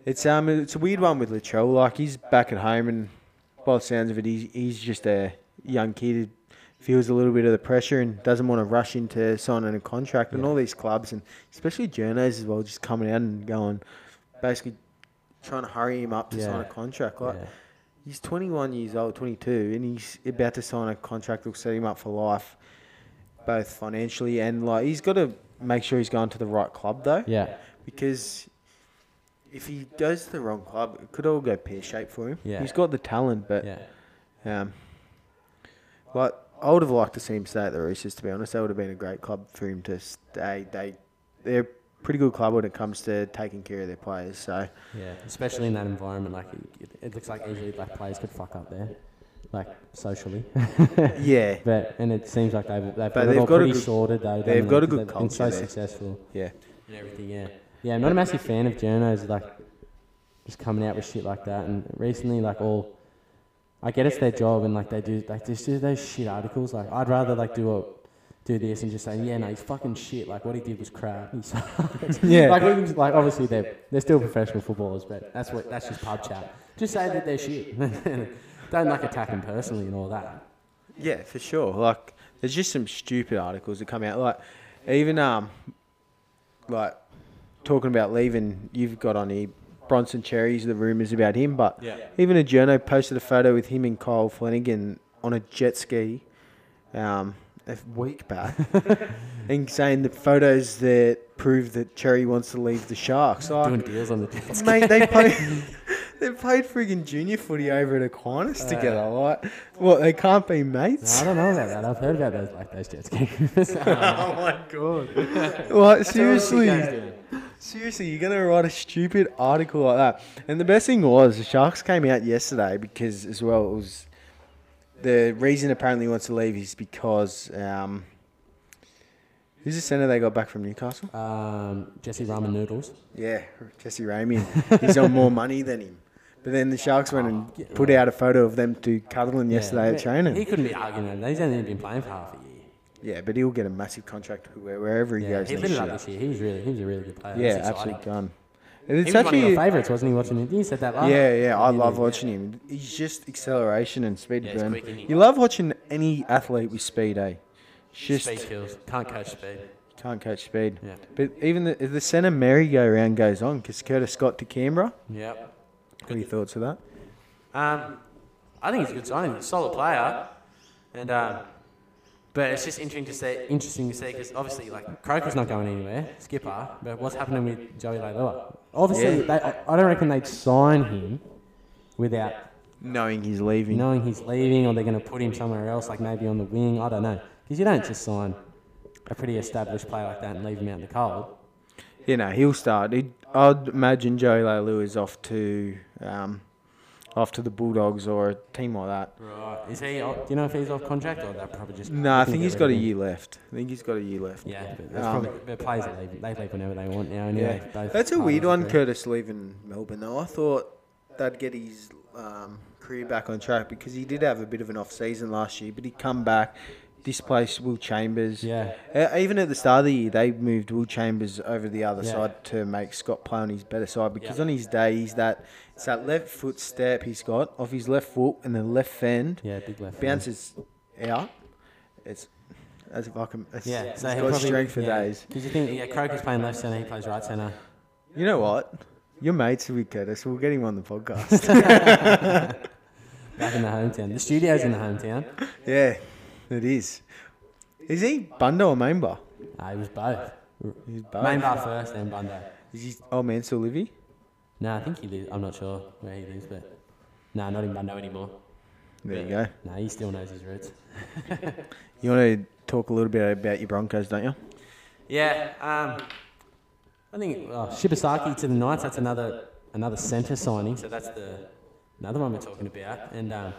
It's um, it's a weird one with Latrell. Like he's back at home, and by the sounds of it, he's he's just a young kid. who Feels a little bit of the pressure and doesn't want to rush into signing a contract. And all these clubs and especially journos as well, just coming out and going, basically trying to hurry him up to sign a Yeah. contract. Like Yeah. he's 21 years old, 22, and he's about to sign a contract that'll set him up for life, both financially and like he's got to make sure he's going to the right club though, Yeah, because if he goes to the wrong club, it could all go pear shaped for him. Yeah. He's got the talent, but yeah, um, like I would have liked to see him stay at the Roosters. To be honest, that would have been a great club for him to stay. They they're a pretty good club when it comes to taking care of their players. So. yeah. Especially in that environment, like it, it looks like easily like players could fuck up there. like socially. yeah, but and it seems like they've they've got they've it all got a pretty good- sorted though. don't they've got they? a good They've been so culture there. successful yeah. and everything. Yeah, yeah. I'm not a massive fan of journos like just coming out with shit like that. And recently, like all, I get it's their job and like they do like just do those shit articles. Like I'd rather like do a do this and just say yeah, no, he's fucking shit. Like what he did was crap. He sucks. Yeah. Like, we can just- like obviously they're they're still professional footballers, but that's what that's just pub chat. Just say that they're shit. Don't like attack him personally and all that. Yeah, for sure. Like, there's just some stupid articles that come out. Like, even um, like talking about leaving, you've got on here Bronson Cherry's the rumours about him, but Yeah. even a journo posted a photo with him and Kyle Flanagan on a jet ski, um, a week back, and saying the photos that prove that Cherry wants to leave the Sharks. Like, Doing deals on the deals. Mate, they played they played friggin' junior footy over at Uh, Aquinas together. Like, what? They can't be No, mates. I don't know about that. I've heard about those like those jet skiers. oh my god! like, seriously, Seriously. seriously, you're gonna write a stupid article like that. And the best thing was the Sharks came out yesterday because, as well, it was the reason apparently he wants to leave is because um, who's the centre they got back from Newcastle? Um, Jesse Ramen Noodles. Yeah, Jesse Ramey. He's on more money than him. But then the Sharks went and put out a photo of them two cuddling yesterday at He training. couldn't be arguing with that. He's only been playing for half a year. Yeah, but he'll get a massive contract where- wherever he Yeah, goes. he next lit it up year. this year. He was really, he was a really good player. Yeah, That's exciting. absolute gun. And He It's was one of actually, your yeah, favourites, wasn't he? Watching it, you said that last. yeah, I love watching him. He's just acceleration and speed Yeah, he's burn. quick, isn't he? You love watching any athlete with speed, eh? It's Just Speed kills. Can't catch speed. can't catch speed. Yeah. But even the, the centre merry-go-round goes on because Curtis Scott to Canberra. Yep. What are your thoughts of that? Um, I think he's a good signing. He's a solid player, and um, but it's just interesting to see. Interesting to see because obviously, like Croker's not going anywhere. Skipper, but what's happening with Joey Leilua? Obviously, Yeah. they, I, I don't reckon they'd sign him without Knowing he's leaving. knowing he's leaving or they're going to put him somewhere else, like maybe on the wing. I don't know. Because you don't just sign a pretty established player like that and leave him out in the cold. you know, he'll start. He'd, I'd imagine Joey Lou is off to um, off to the Bulldogs or a team like that. Right. Is he? Do you know if he's off contract or they'll probably just? No, I think get he's rid got of a him? year left. I think he's got a year left. Yeah, but that's Um, probably but players that leave. They leave whenever they want now. Yeah. Anyway, both That's a parties weird one, agree. Curtis leaving Melbourne though. I thought that'd get his um, career back on track because he did have a bit of an off season last year, but he come back, displaced Will Chambers. Yeah. Uh, even at the start of the year, they moved Will Chambers over the other Yeah. side to make Scott play on his better side because Yeah. on his day he's that it's that left foot step he's got off his left foot and the left fend Yeah, big left. bounces out. It's as if I can. It's, Yeah, it's got strength for days. Because you think yeah, Croker's playing left centre, he plays right centre. You know what? Your mates with Curtis. We'll get him on the podcast. Back in the hometown, the studio's in the hometown. yeah, it is. Is he Bundo or Mainbar? Uh, it was both. He's both. Main bar first, then Bundo. Is he old man still livy? No, I think he lives. I'm not sure where he lives, but no, not in Bundo anymore. There you go. No, he still knows his roots. You want to talk a little bit about your Broncos, don't you? Yeah. Um, I think oh, Shibasaki to the Knights. That's another another centre signing. So that's the another one we're talking about. And um,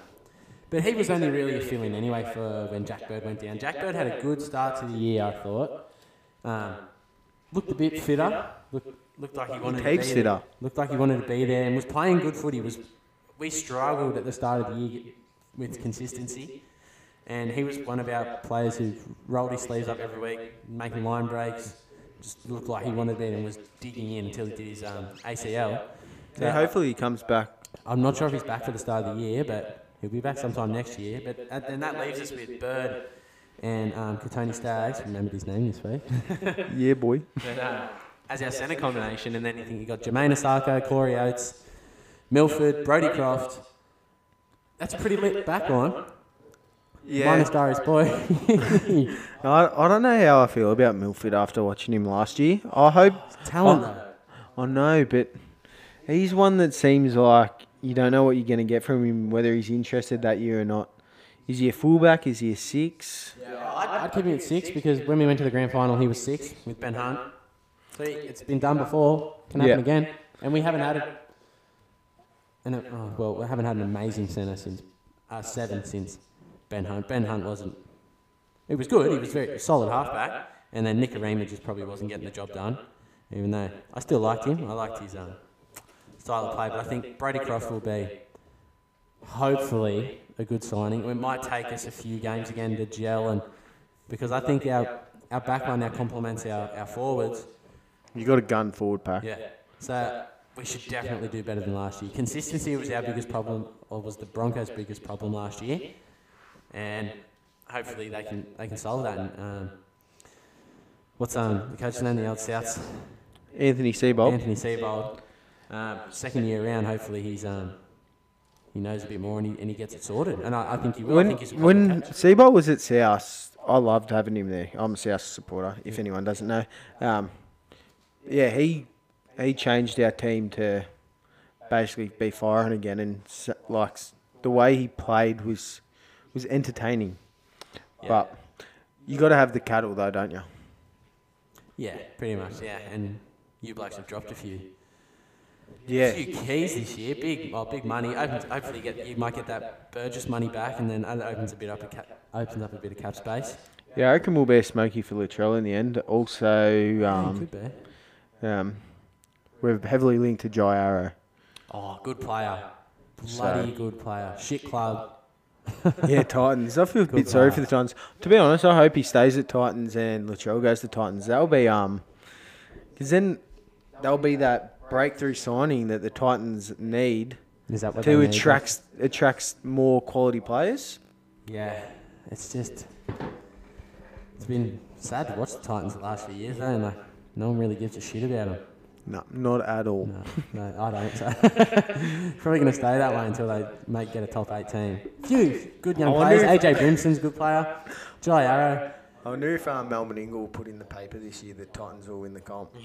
but he was only really a fill-in anyway for when Jack Bird went down. Jack Bird had a good start to the year, I thought. Um, looked a bit fitter. Looked, looked like he wanted Heaps to be fitter. There. Looked like he wanted to be there and was playing good footy. Was we struggled at the start of the year with consistency, and he was one of our players who rolled his sleeves up every week, making line breaks. Just looked like he wanted it and was digging in until he did his um, ACL. So Yeah, hopefully he comes back. I'm not sure if he's back for the start of the year, but he'll be back sometime next year. But uh, then that leaves us with Bird and um, Katoni Staggs. Remembered his name this week. Yeah, boy. But, uh, as our centre combination, and then you think you got Jermaine Osako, Corey Oates, Milford, Brody Croft. That's a pretty lit back line. Minus Darius Boy. No, I, I don't know how I feel about Milford after watching him last year. I hope. Talent I, though. I know, but he's one that seems like you don't know what you're going to get from him, whether he's interested that year or not. Is he a fullback? Is he a six? I'd keep him at six because when we went to the grand final, he was six with Ben Hunt. So it's been done before. Can happen Yeah. again. And we haven't had it. And it, oh, well, we haven't had an amazing centre since uh, seven since Ben Hunt. Ben Hunt wasn't. It was good. He was very solid halfback. And then Nicarima just probably wasn't getting the job done, even though I still liked him. I liked his um, style of play, but I think Brady Croft will be hopefully a good signing. It might take us a few games again to gel, and because I think our our backline now complements our, our forwards. You got a gun forward pack. Yeah. So we should definitely do better than last year. Consistency was our biggest problem, or was the Broncos' biggest problem last year, and hopefully they can they can solve that. And, um, what's um the coach name? The old Souths, Anthony Seabold. Anthony Seabold. Um, second year round, hopefully he's um he knows a bit more and he, and he gets it sorted. And I, I think he will. I When think he's a good when coach. Seabold was at South, I loved having him there. I'm a South supporter, if anyone doesn't know. Um, yeah, he he changed our team to basically be firing again, and s- like s- the way he played was was entertaining. Yeah. But you got to have the cattle though, don't you? yeah, pretty much. Yeah, and you blokes have dropped a few. Yeah, few keys this year. Big, well, big money. Opens, hopefully, you get you might get that Burgess money back, and then that opens a bit up, a cap, opens up a bit of cap space. yeah. I reckon we'll be a smoky for Latrell in the end. Yeah, Also, it um, could be. um, we're heavily linked to Jai Arrow. Oh, good player, bloody good player. Shit club. Yeah, Titans. I feel a bit sorry for the Titans. To be honest, I hope he stays at Titans and Latrell goes to Titans. That'll be um, because then that'll be that breakthrough signing that the Titans need Is that what to attract attracts more quality players. Yeah, it's just it's been sad to watch the Titans the last few years, though. and, Like, no one really gives a shit about them. No, not at all. No, no, I don't. So. Probably going to stay that way until they make get a top eight team. Few good young I wonder players. AJ Brimson's a good player. Jai Arrow. I wonder if um, Melbourne Ingle put in the paper this year that Titans will win the comp.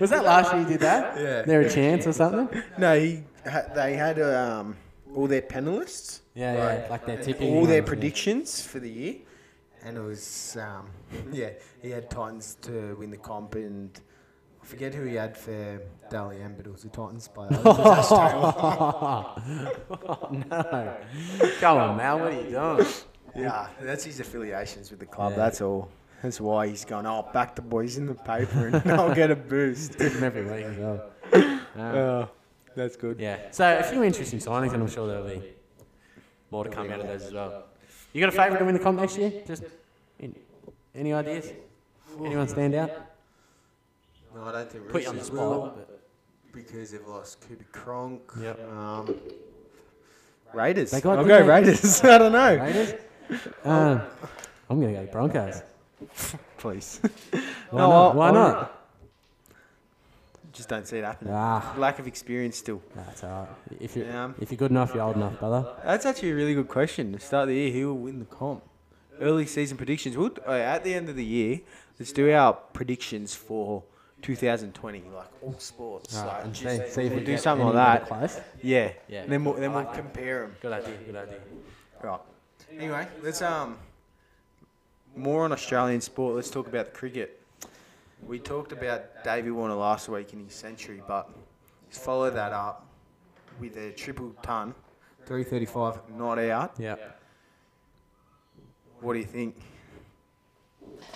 Was that last year you did that? Yeah. There a chance or something? No, he ha- they had um all their panelists. Yeah, yeah. Like they're tipping. all yeah. their predictions for the year, and it was um, yeah he had Titans to win the comp and I forget who he had for Daly M, but it was the Titans player. It was Astro. Oh, no. Go on, Mal. What are you doing? yeah, that's his affiliations with the club. Yeah. That's all. That's why he's gone. Oh, back the boys in the paper, and I'll get a boost. Tipping every week as well. Oh, that's good. Yeah. So a few interesting signings, and I'm sure there'll be more to come out of those as well. You got a favourite to win the comp next year? Just any, any ideas? Anyone stand out? No, I don't think Put you on the spot. because they've lost Cooper Cronk. Yep. Um, Raiders. They got I'll good go name. Raiders. I don't know. Raiders? Um, I'm going to go Broncos. Please. Why No, not? I- Why I- not? Just don't see it happening. Ah, Lack of experience still. that's all right. If you're, Yeah. if you're good enough, you're old enough, brother. That's actually a really good question. To start the year, who will win the comp? Early season predictions. We'll, oh, at the end of the year, let's do our predictions for 2020, like all sports. Right, like, and just- see, see if we'll we do get something any like bit that. Close. Yeah. Yeah. And then we'll, then we'll compare them. Good idea. Good idea. Right. Anyway, let's um. More on Australian sport. Let's talk about the cricket. We talked about Davey Warner last week in his century, but let's follow that up with a triple ton, 335 not out. Yeah. What do you think?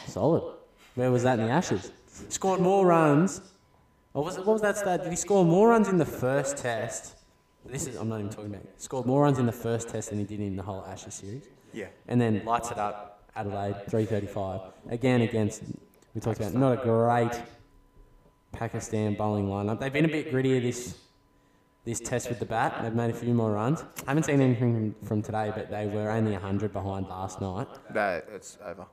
Solid. Where was that in the Ashes? Scored more runs. Or was it, what was that stat? Did he score more runs in the first test? This is I'm not even talking about. it. Scored more runs in the first test than he did in the whole Ashes series. Yeah. And then lights it up. Adelaide 335 again against. We talked about not a great Pakistan bowling lineup. They've been a bit grittier this this test with the bat. They've made a few more runs. I haven't seen anything from, from today, but they were only 100 behind last night. That it's over.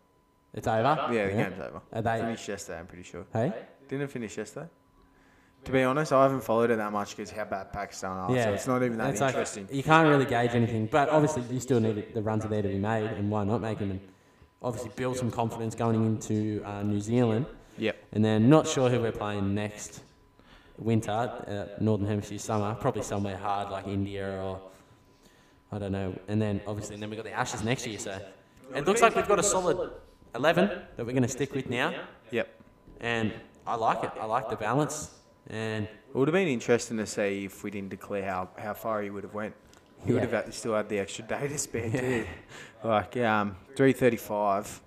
It's over. Yeah, Uh, the game's over. Are they? Finished yesterday, I'm pretty sure. Hey. Didn't it finish yesterday? To be honest, I haven't followed it that much because how bad Pakistan are. Oh, so it's not even that It's like, interesting. you can't really gauge anything, but obviously you still need it, the runs are there to be made, and why not make them? And obviously build some confidence going into uh, New Zealand, yep. and then not sure who we're playing next winter, uh, Northern Hemisphere summer, probably somewhere hard like India or I don't know. And then obviously then we got the Ashes next year, so it looks like we've got a solid eleven that we're going to stick with now, Yep. and I like it. I like the balance, and It would have been interesting to see if we didn't declare how, how far he would have went. He would Yeah. have had- still had the extra day to spare Yeah. too. Like um, three thirty-five,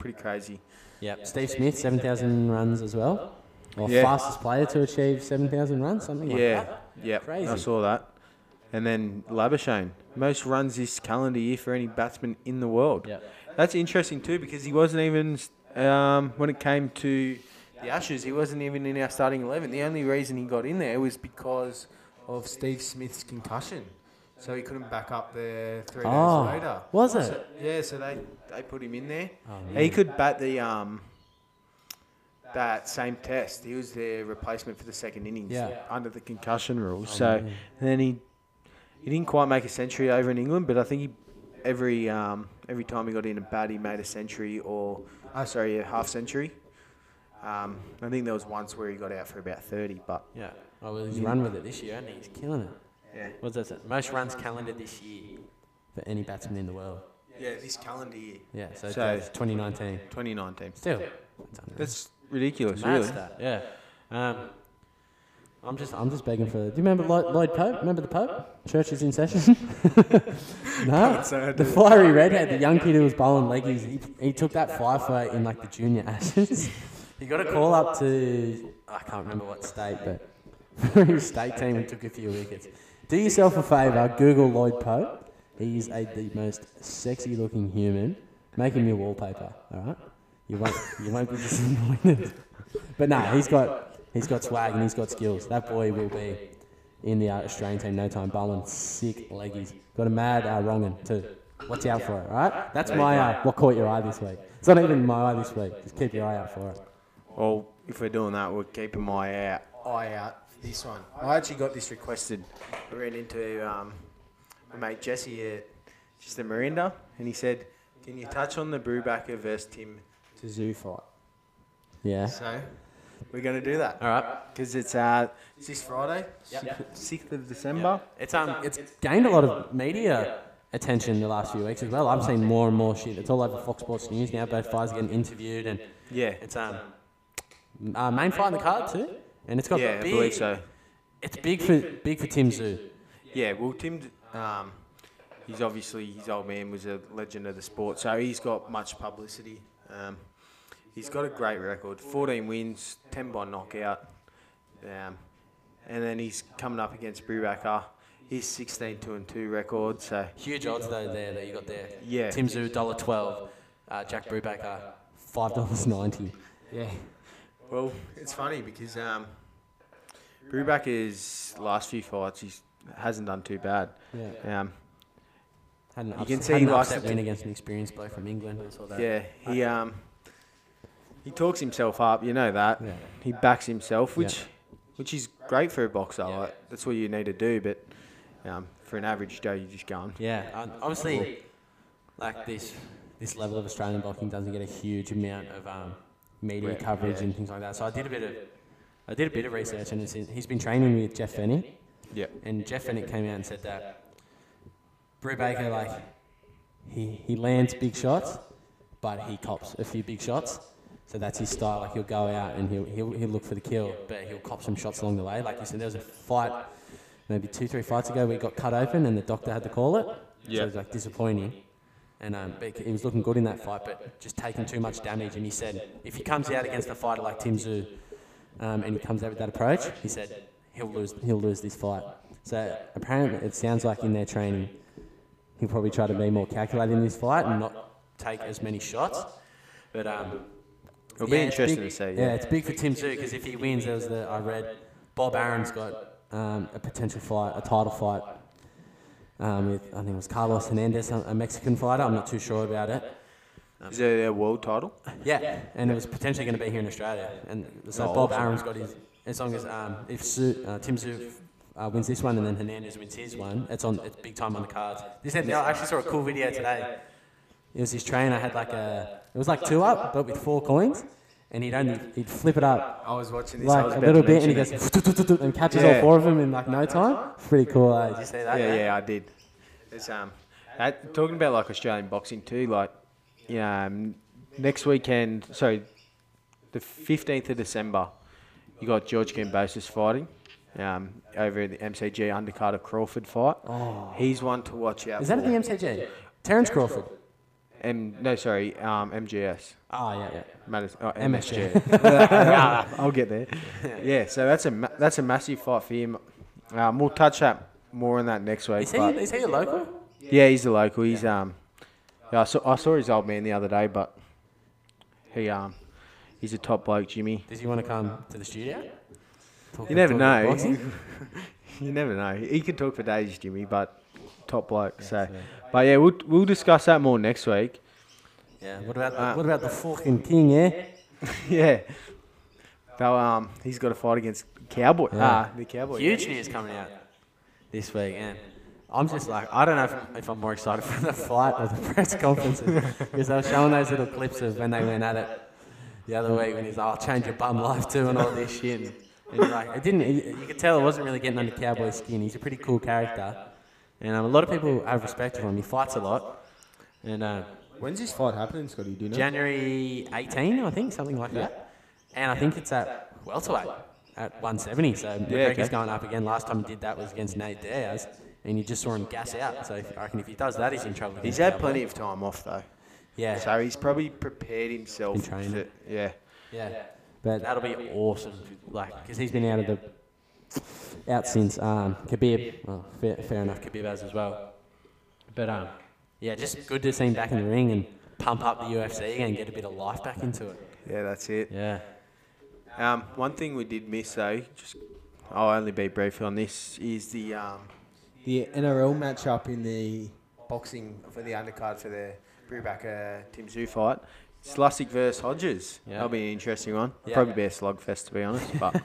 pretty crazy. Yep. Steve Smith, 7,000 runs as well. Or Yeah. fastest player to achieve 7,000 runs, something like that. Yeah, yeah, Crazy. I saw that. And then Labuschagne, most runs this calendar year for any batsman in the world. Yep. That's interesting too because he wasn't even um, when it came to the Ashes, he wasn't even in our starting eleven. The only reason he got in there was because of Steve Smith's concussion, so he couldn't back up there three Oh, days later. was So- it? yeah, so they they put him in there. Oh, he could bat the um that same test. He was their replacement for the second innings Yeah. under the concussion rules. so and then he he didn't quite make a century over in England, but I think he every um, every time he got in a bat, he made a century or oh, sorry, a half century. Um, I think there was once where he got out for about thirty, but Yeah. Oh, well, he's run with it this year, and he's killing it. yeah, What's that? say? Most runs calendar this year for any batsman in the world. yeah, this calendar year, Yeah, so, So- it's 2019. 2019. Still, it's unreal. That's ridiculous, Mad really. stat, Yeah. Um, I'm just, I'm just begging for. Do you remember Lloyd, Lloyd Pope? Remember the Pope? Church is in session. no, say I the do. fiery redhead, the young kid who was bowling leggies. He, he took that fly fight in like the junior ashes. he got a call up to I can't remember what state, but for his state team and took a few wickets. Do yourself a favour. Google Lloyd Pope. He is a, the most sexy-looking human. Make him your wallpaper. All right. You won't, you won't be disappointed. But no, he's got he's got swag and he's got skills. That boy will be in the uh, Australian team no time. Bowling sick leggies. Got a mad uh, wrongin too. Watch out for it, all right? That's my uh, what caught your eye this week. It's not even my eye this week. Just keep your eye out for it. Well, if we're doing that, we're keeping my out. eye out for this one. I actually got this requested. I ran into um, my mate Jesse at just the Mirinda, and he said, "Can you touch on the Brubaker versus Tim to zoo fight?" Yeah. So we're going to do that All right. because it's uh, it's this Friday, sixth of December. It's um it's gained a lot of media attention the last few weeks as well. I've seen more and more shit. It's all over Fox Sports News now. Both guys are getting interviewed and Yeah, it's um uh, main fight in the card too. And it's got yeah, I big, believe so. It's big for big for Tim Zoo. Yeah, well, Tim, um, he's obviously his old man was a legend of the sport, so he's got much publicity. Um, he's got a great record: 14 wins, 10 by knockout, um, and then he's coming up against Brubaker. He's 16 2 and 2 record, so Huge odds though there that you got there. Yeah. Tim Zoo dollar twelve, uh, Jack Brubaker five dollars ninety. yeah. Well, it's funny because um, Brubaker's last few fights he hasn't done too bad. Yeah. Um, Had an You upset, can see had an he likes upset to- win against an experienced bloke from England. I saw that. Yeah, he um he talks himself up, you know that. Yeah. He backs himself, which Yeah. which is great for a boxer. Like, that's what you need to do, but um, for an average Joe, you just can't. Yeah. Um, obviously, like this this level of Australian boxing doesn't get a huge amount of um, media Yeah. coverage and things like that. So I did a bit of I did a bit of research and it's in, he's been training with Jeff Fenny. Yeah. And Jeff Fennick came out and said that Brubaker, like, he, he lands big shots, but he cops a few big shots. So that's his style. Like, he'll go out and he'll, he'll, he'll look for the kill, but he'll cop some shots along the way. Like you said, there was a fight maybe two, three fights ago we got cut open and the doctor had to call it. So Yeah. it was, like, disappointing. And um, but he was looking good in that fight, but just taking too much damage. And he said, if he comes out against a fighter like Tim Zoo, um, and he comes out with that approach, he said he'll lose. He'll lose this fight. So apparently, it sounds like in their training, he'll probably try to be more calculated in this fight and not take as many shots. But um, It'll be yeah, it's interesting big- to see. Yeah. Yeah. it's big for Tim Zoo because if he wins, there was the I read Bob Aaron's got um, a potential fight, a title fight um, with I think it was Carlos Hernandez, a a Mexican fighter. I'm not too sure about it. Is there a world title? Yeah, and it was potentially going to be here in Australia. And Oh, so Bob Aaron's got his. As long as um, if Sue, uh, Tim Zoo uh, wins this one and then Hernandez wins his one, it's on. It's big time on the cards. This had, I actually saw a cool video today. It was his trainer had like a. It was like two up, but with four coins, and he'd only he'd flip it up I was watching this. I was like a about to little bit, and mention he goes it. and catches all Yeah. four of them in like no time. Pretty cool. eh? Did you see that? Yeah, yeah, I did. It's um, that, talking about like Australian boxing too. Like, you know, um, next weekend. Sorry, the fifteenth of December, you got George Gambosis fighting. um, over in the MCG undercard of Crawford fight. Oh, He's one to watch out. is that for. at the MCG? Terence Crawford. M- no, sorry, um, MGS. Oh yeah, yeah. Madison, oh, MSG. MSG. I'll get there. Yeah, so that's a ma- that's a massive fight for him. Um, we'll touch up more on that next week. Is he, but- is he a local? yeah, he's a local. He's um, yeah, I saw I saw his old man the other day, but he um, he's a top bloke, Jimmy. Does he want to come to the studio? Talk- You never talk about know. boxing? you never know. He could talk for days, Jimmy, but top bloke. so, but yeah, we'll we'll discuss that more next week. Yeah. Uh, What about the, what about the fucking eh? king? Yeah. yeah. Though um, he's got a fight against Cowboy. Yeah. Uh, the Cowboy. Huge news coming out this week, and I'm just like, I don't know if, if I'm more excited for the fight or the press conferences because they were showing those little clips of when they went at it the other week when he's like, I'll change your bum life too and all this shit. And, he's like, it didn't. You you could tell it wasn't really getting under Cowboy's skin. He's a pretty cool character, and um, a lot of people have respect for him. He fights a lot, and. Uh, When's this fight happening, Scotty? Do you know? January 18, I think, something like that. And I think it's at welterweight at 170. So Yeah, McGregor's okay. going up again. Last time he did that was against Nate Diaz, and you just saw him gas out. So if, I reckon if he does that, he's in trouble. He's had plenty of time off though, Yeah, so he's probably prepared himself. Been training. for- yeah. yeah. But that'll be awesome, like, because he's been out of the out since um, Khabib. Well, fair, fair enough, Khabib has as well. But um, yeah, just good to see him back in the ring and pump up the UFC and get a bit of life back into it. Yeah, that's it. Yeah. Um, one thing we did miss though, just I'll only be brief on this, is the um, The NRL matchup in the boxing for the undercard for the Brubaker Tim Zoo fight. It's Lussick versus Hodges. Yeah. That'll be an interesting one. Yeah. Probably be a slugfest to be honest, but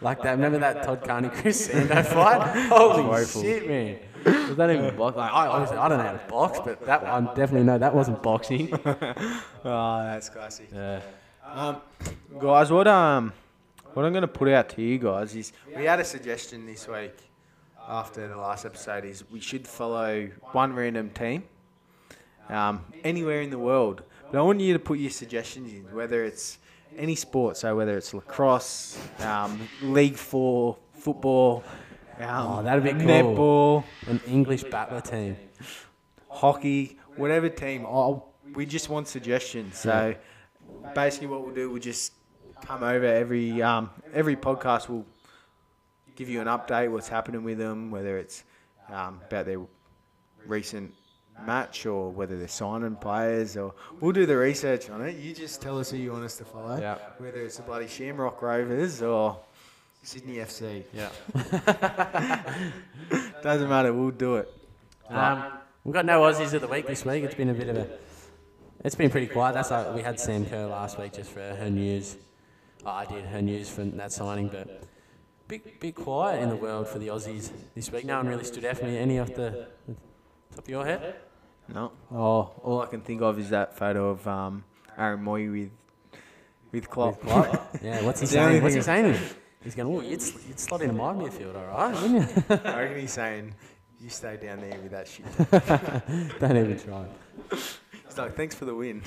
Like that, remember that Todd Carney Chris Sando fight? Holy Woeful. shit, man! Was that even box? Like, I obviously I don't know how to box, but that one definitely no, that wasn't boxing. oh, that's classic. Yeah, Guys, what um, what I'm gonna put out to you guys is we had a suggestion this week after the last episode is we should follow one random team, um, anywhere in the world. But I want you to put your suggestions in, whether it's any sport, so whether it's lacrosse, um, League Four football, um, Oh, that'd be netball, cool. an English battler team. hockey, whatever team. I'll, we just want suggestions. So basically, what we'll do, we'll just come over every um, every podcast. We'll give you an update what's happening with them, whether it's um, about their recent match or whether they're signing players or we'll do the research on it. You just tell us who you want us to follow. Yeah. Whether it's the bloody Shamrock Rovers or Sydney FC. Yeah. Doesn't matter, we'll do it. Um, we've got no Aussies of the week this week. It's been a bit of a, it's been pretty quiet. That's like we had Sam Kerr last week just for her news. Oh, I did her news from that signing, but big big quiet in the world for the Aussies this week. No one really stood out for me. Any off the top of your head? No. Oh, all I can think of is that photo of um, Aaron Moy with with Klopp. Yeah, what's he The only saying? What's he thing- saying? to him? He's going, oh, you'd, sl- you'd slot into my midfield, all right, wouldn't you? I reckon he's saying, "You stay down there with that shit." Don't even try. He's like, "Thanks for the win."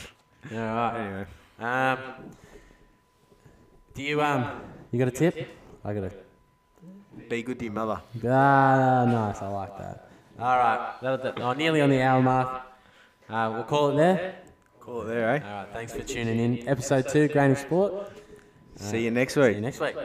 Yeah, all right. Anyway, Um, do you, um, you got a tip? I got a be good to your mother. Ah, nice. I like that. All right. That'll, that, oh, nearly on the hour mark. Uh, we'll call it there. Cool, there, eh? All right. Thanks for tuning in. Episode two, Grain of Sport. See you next See week. you next week.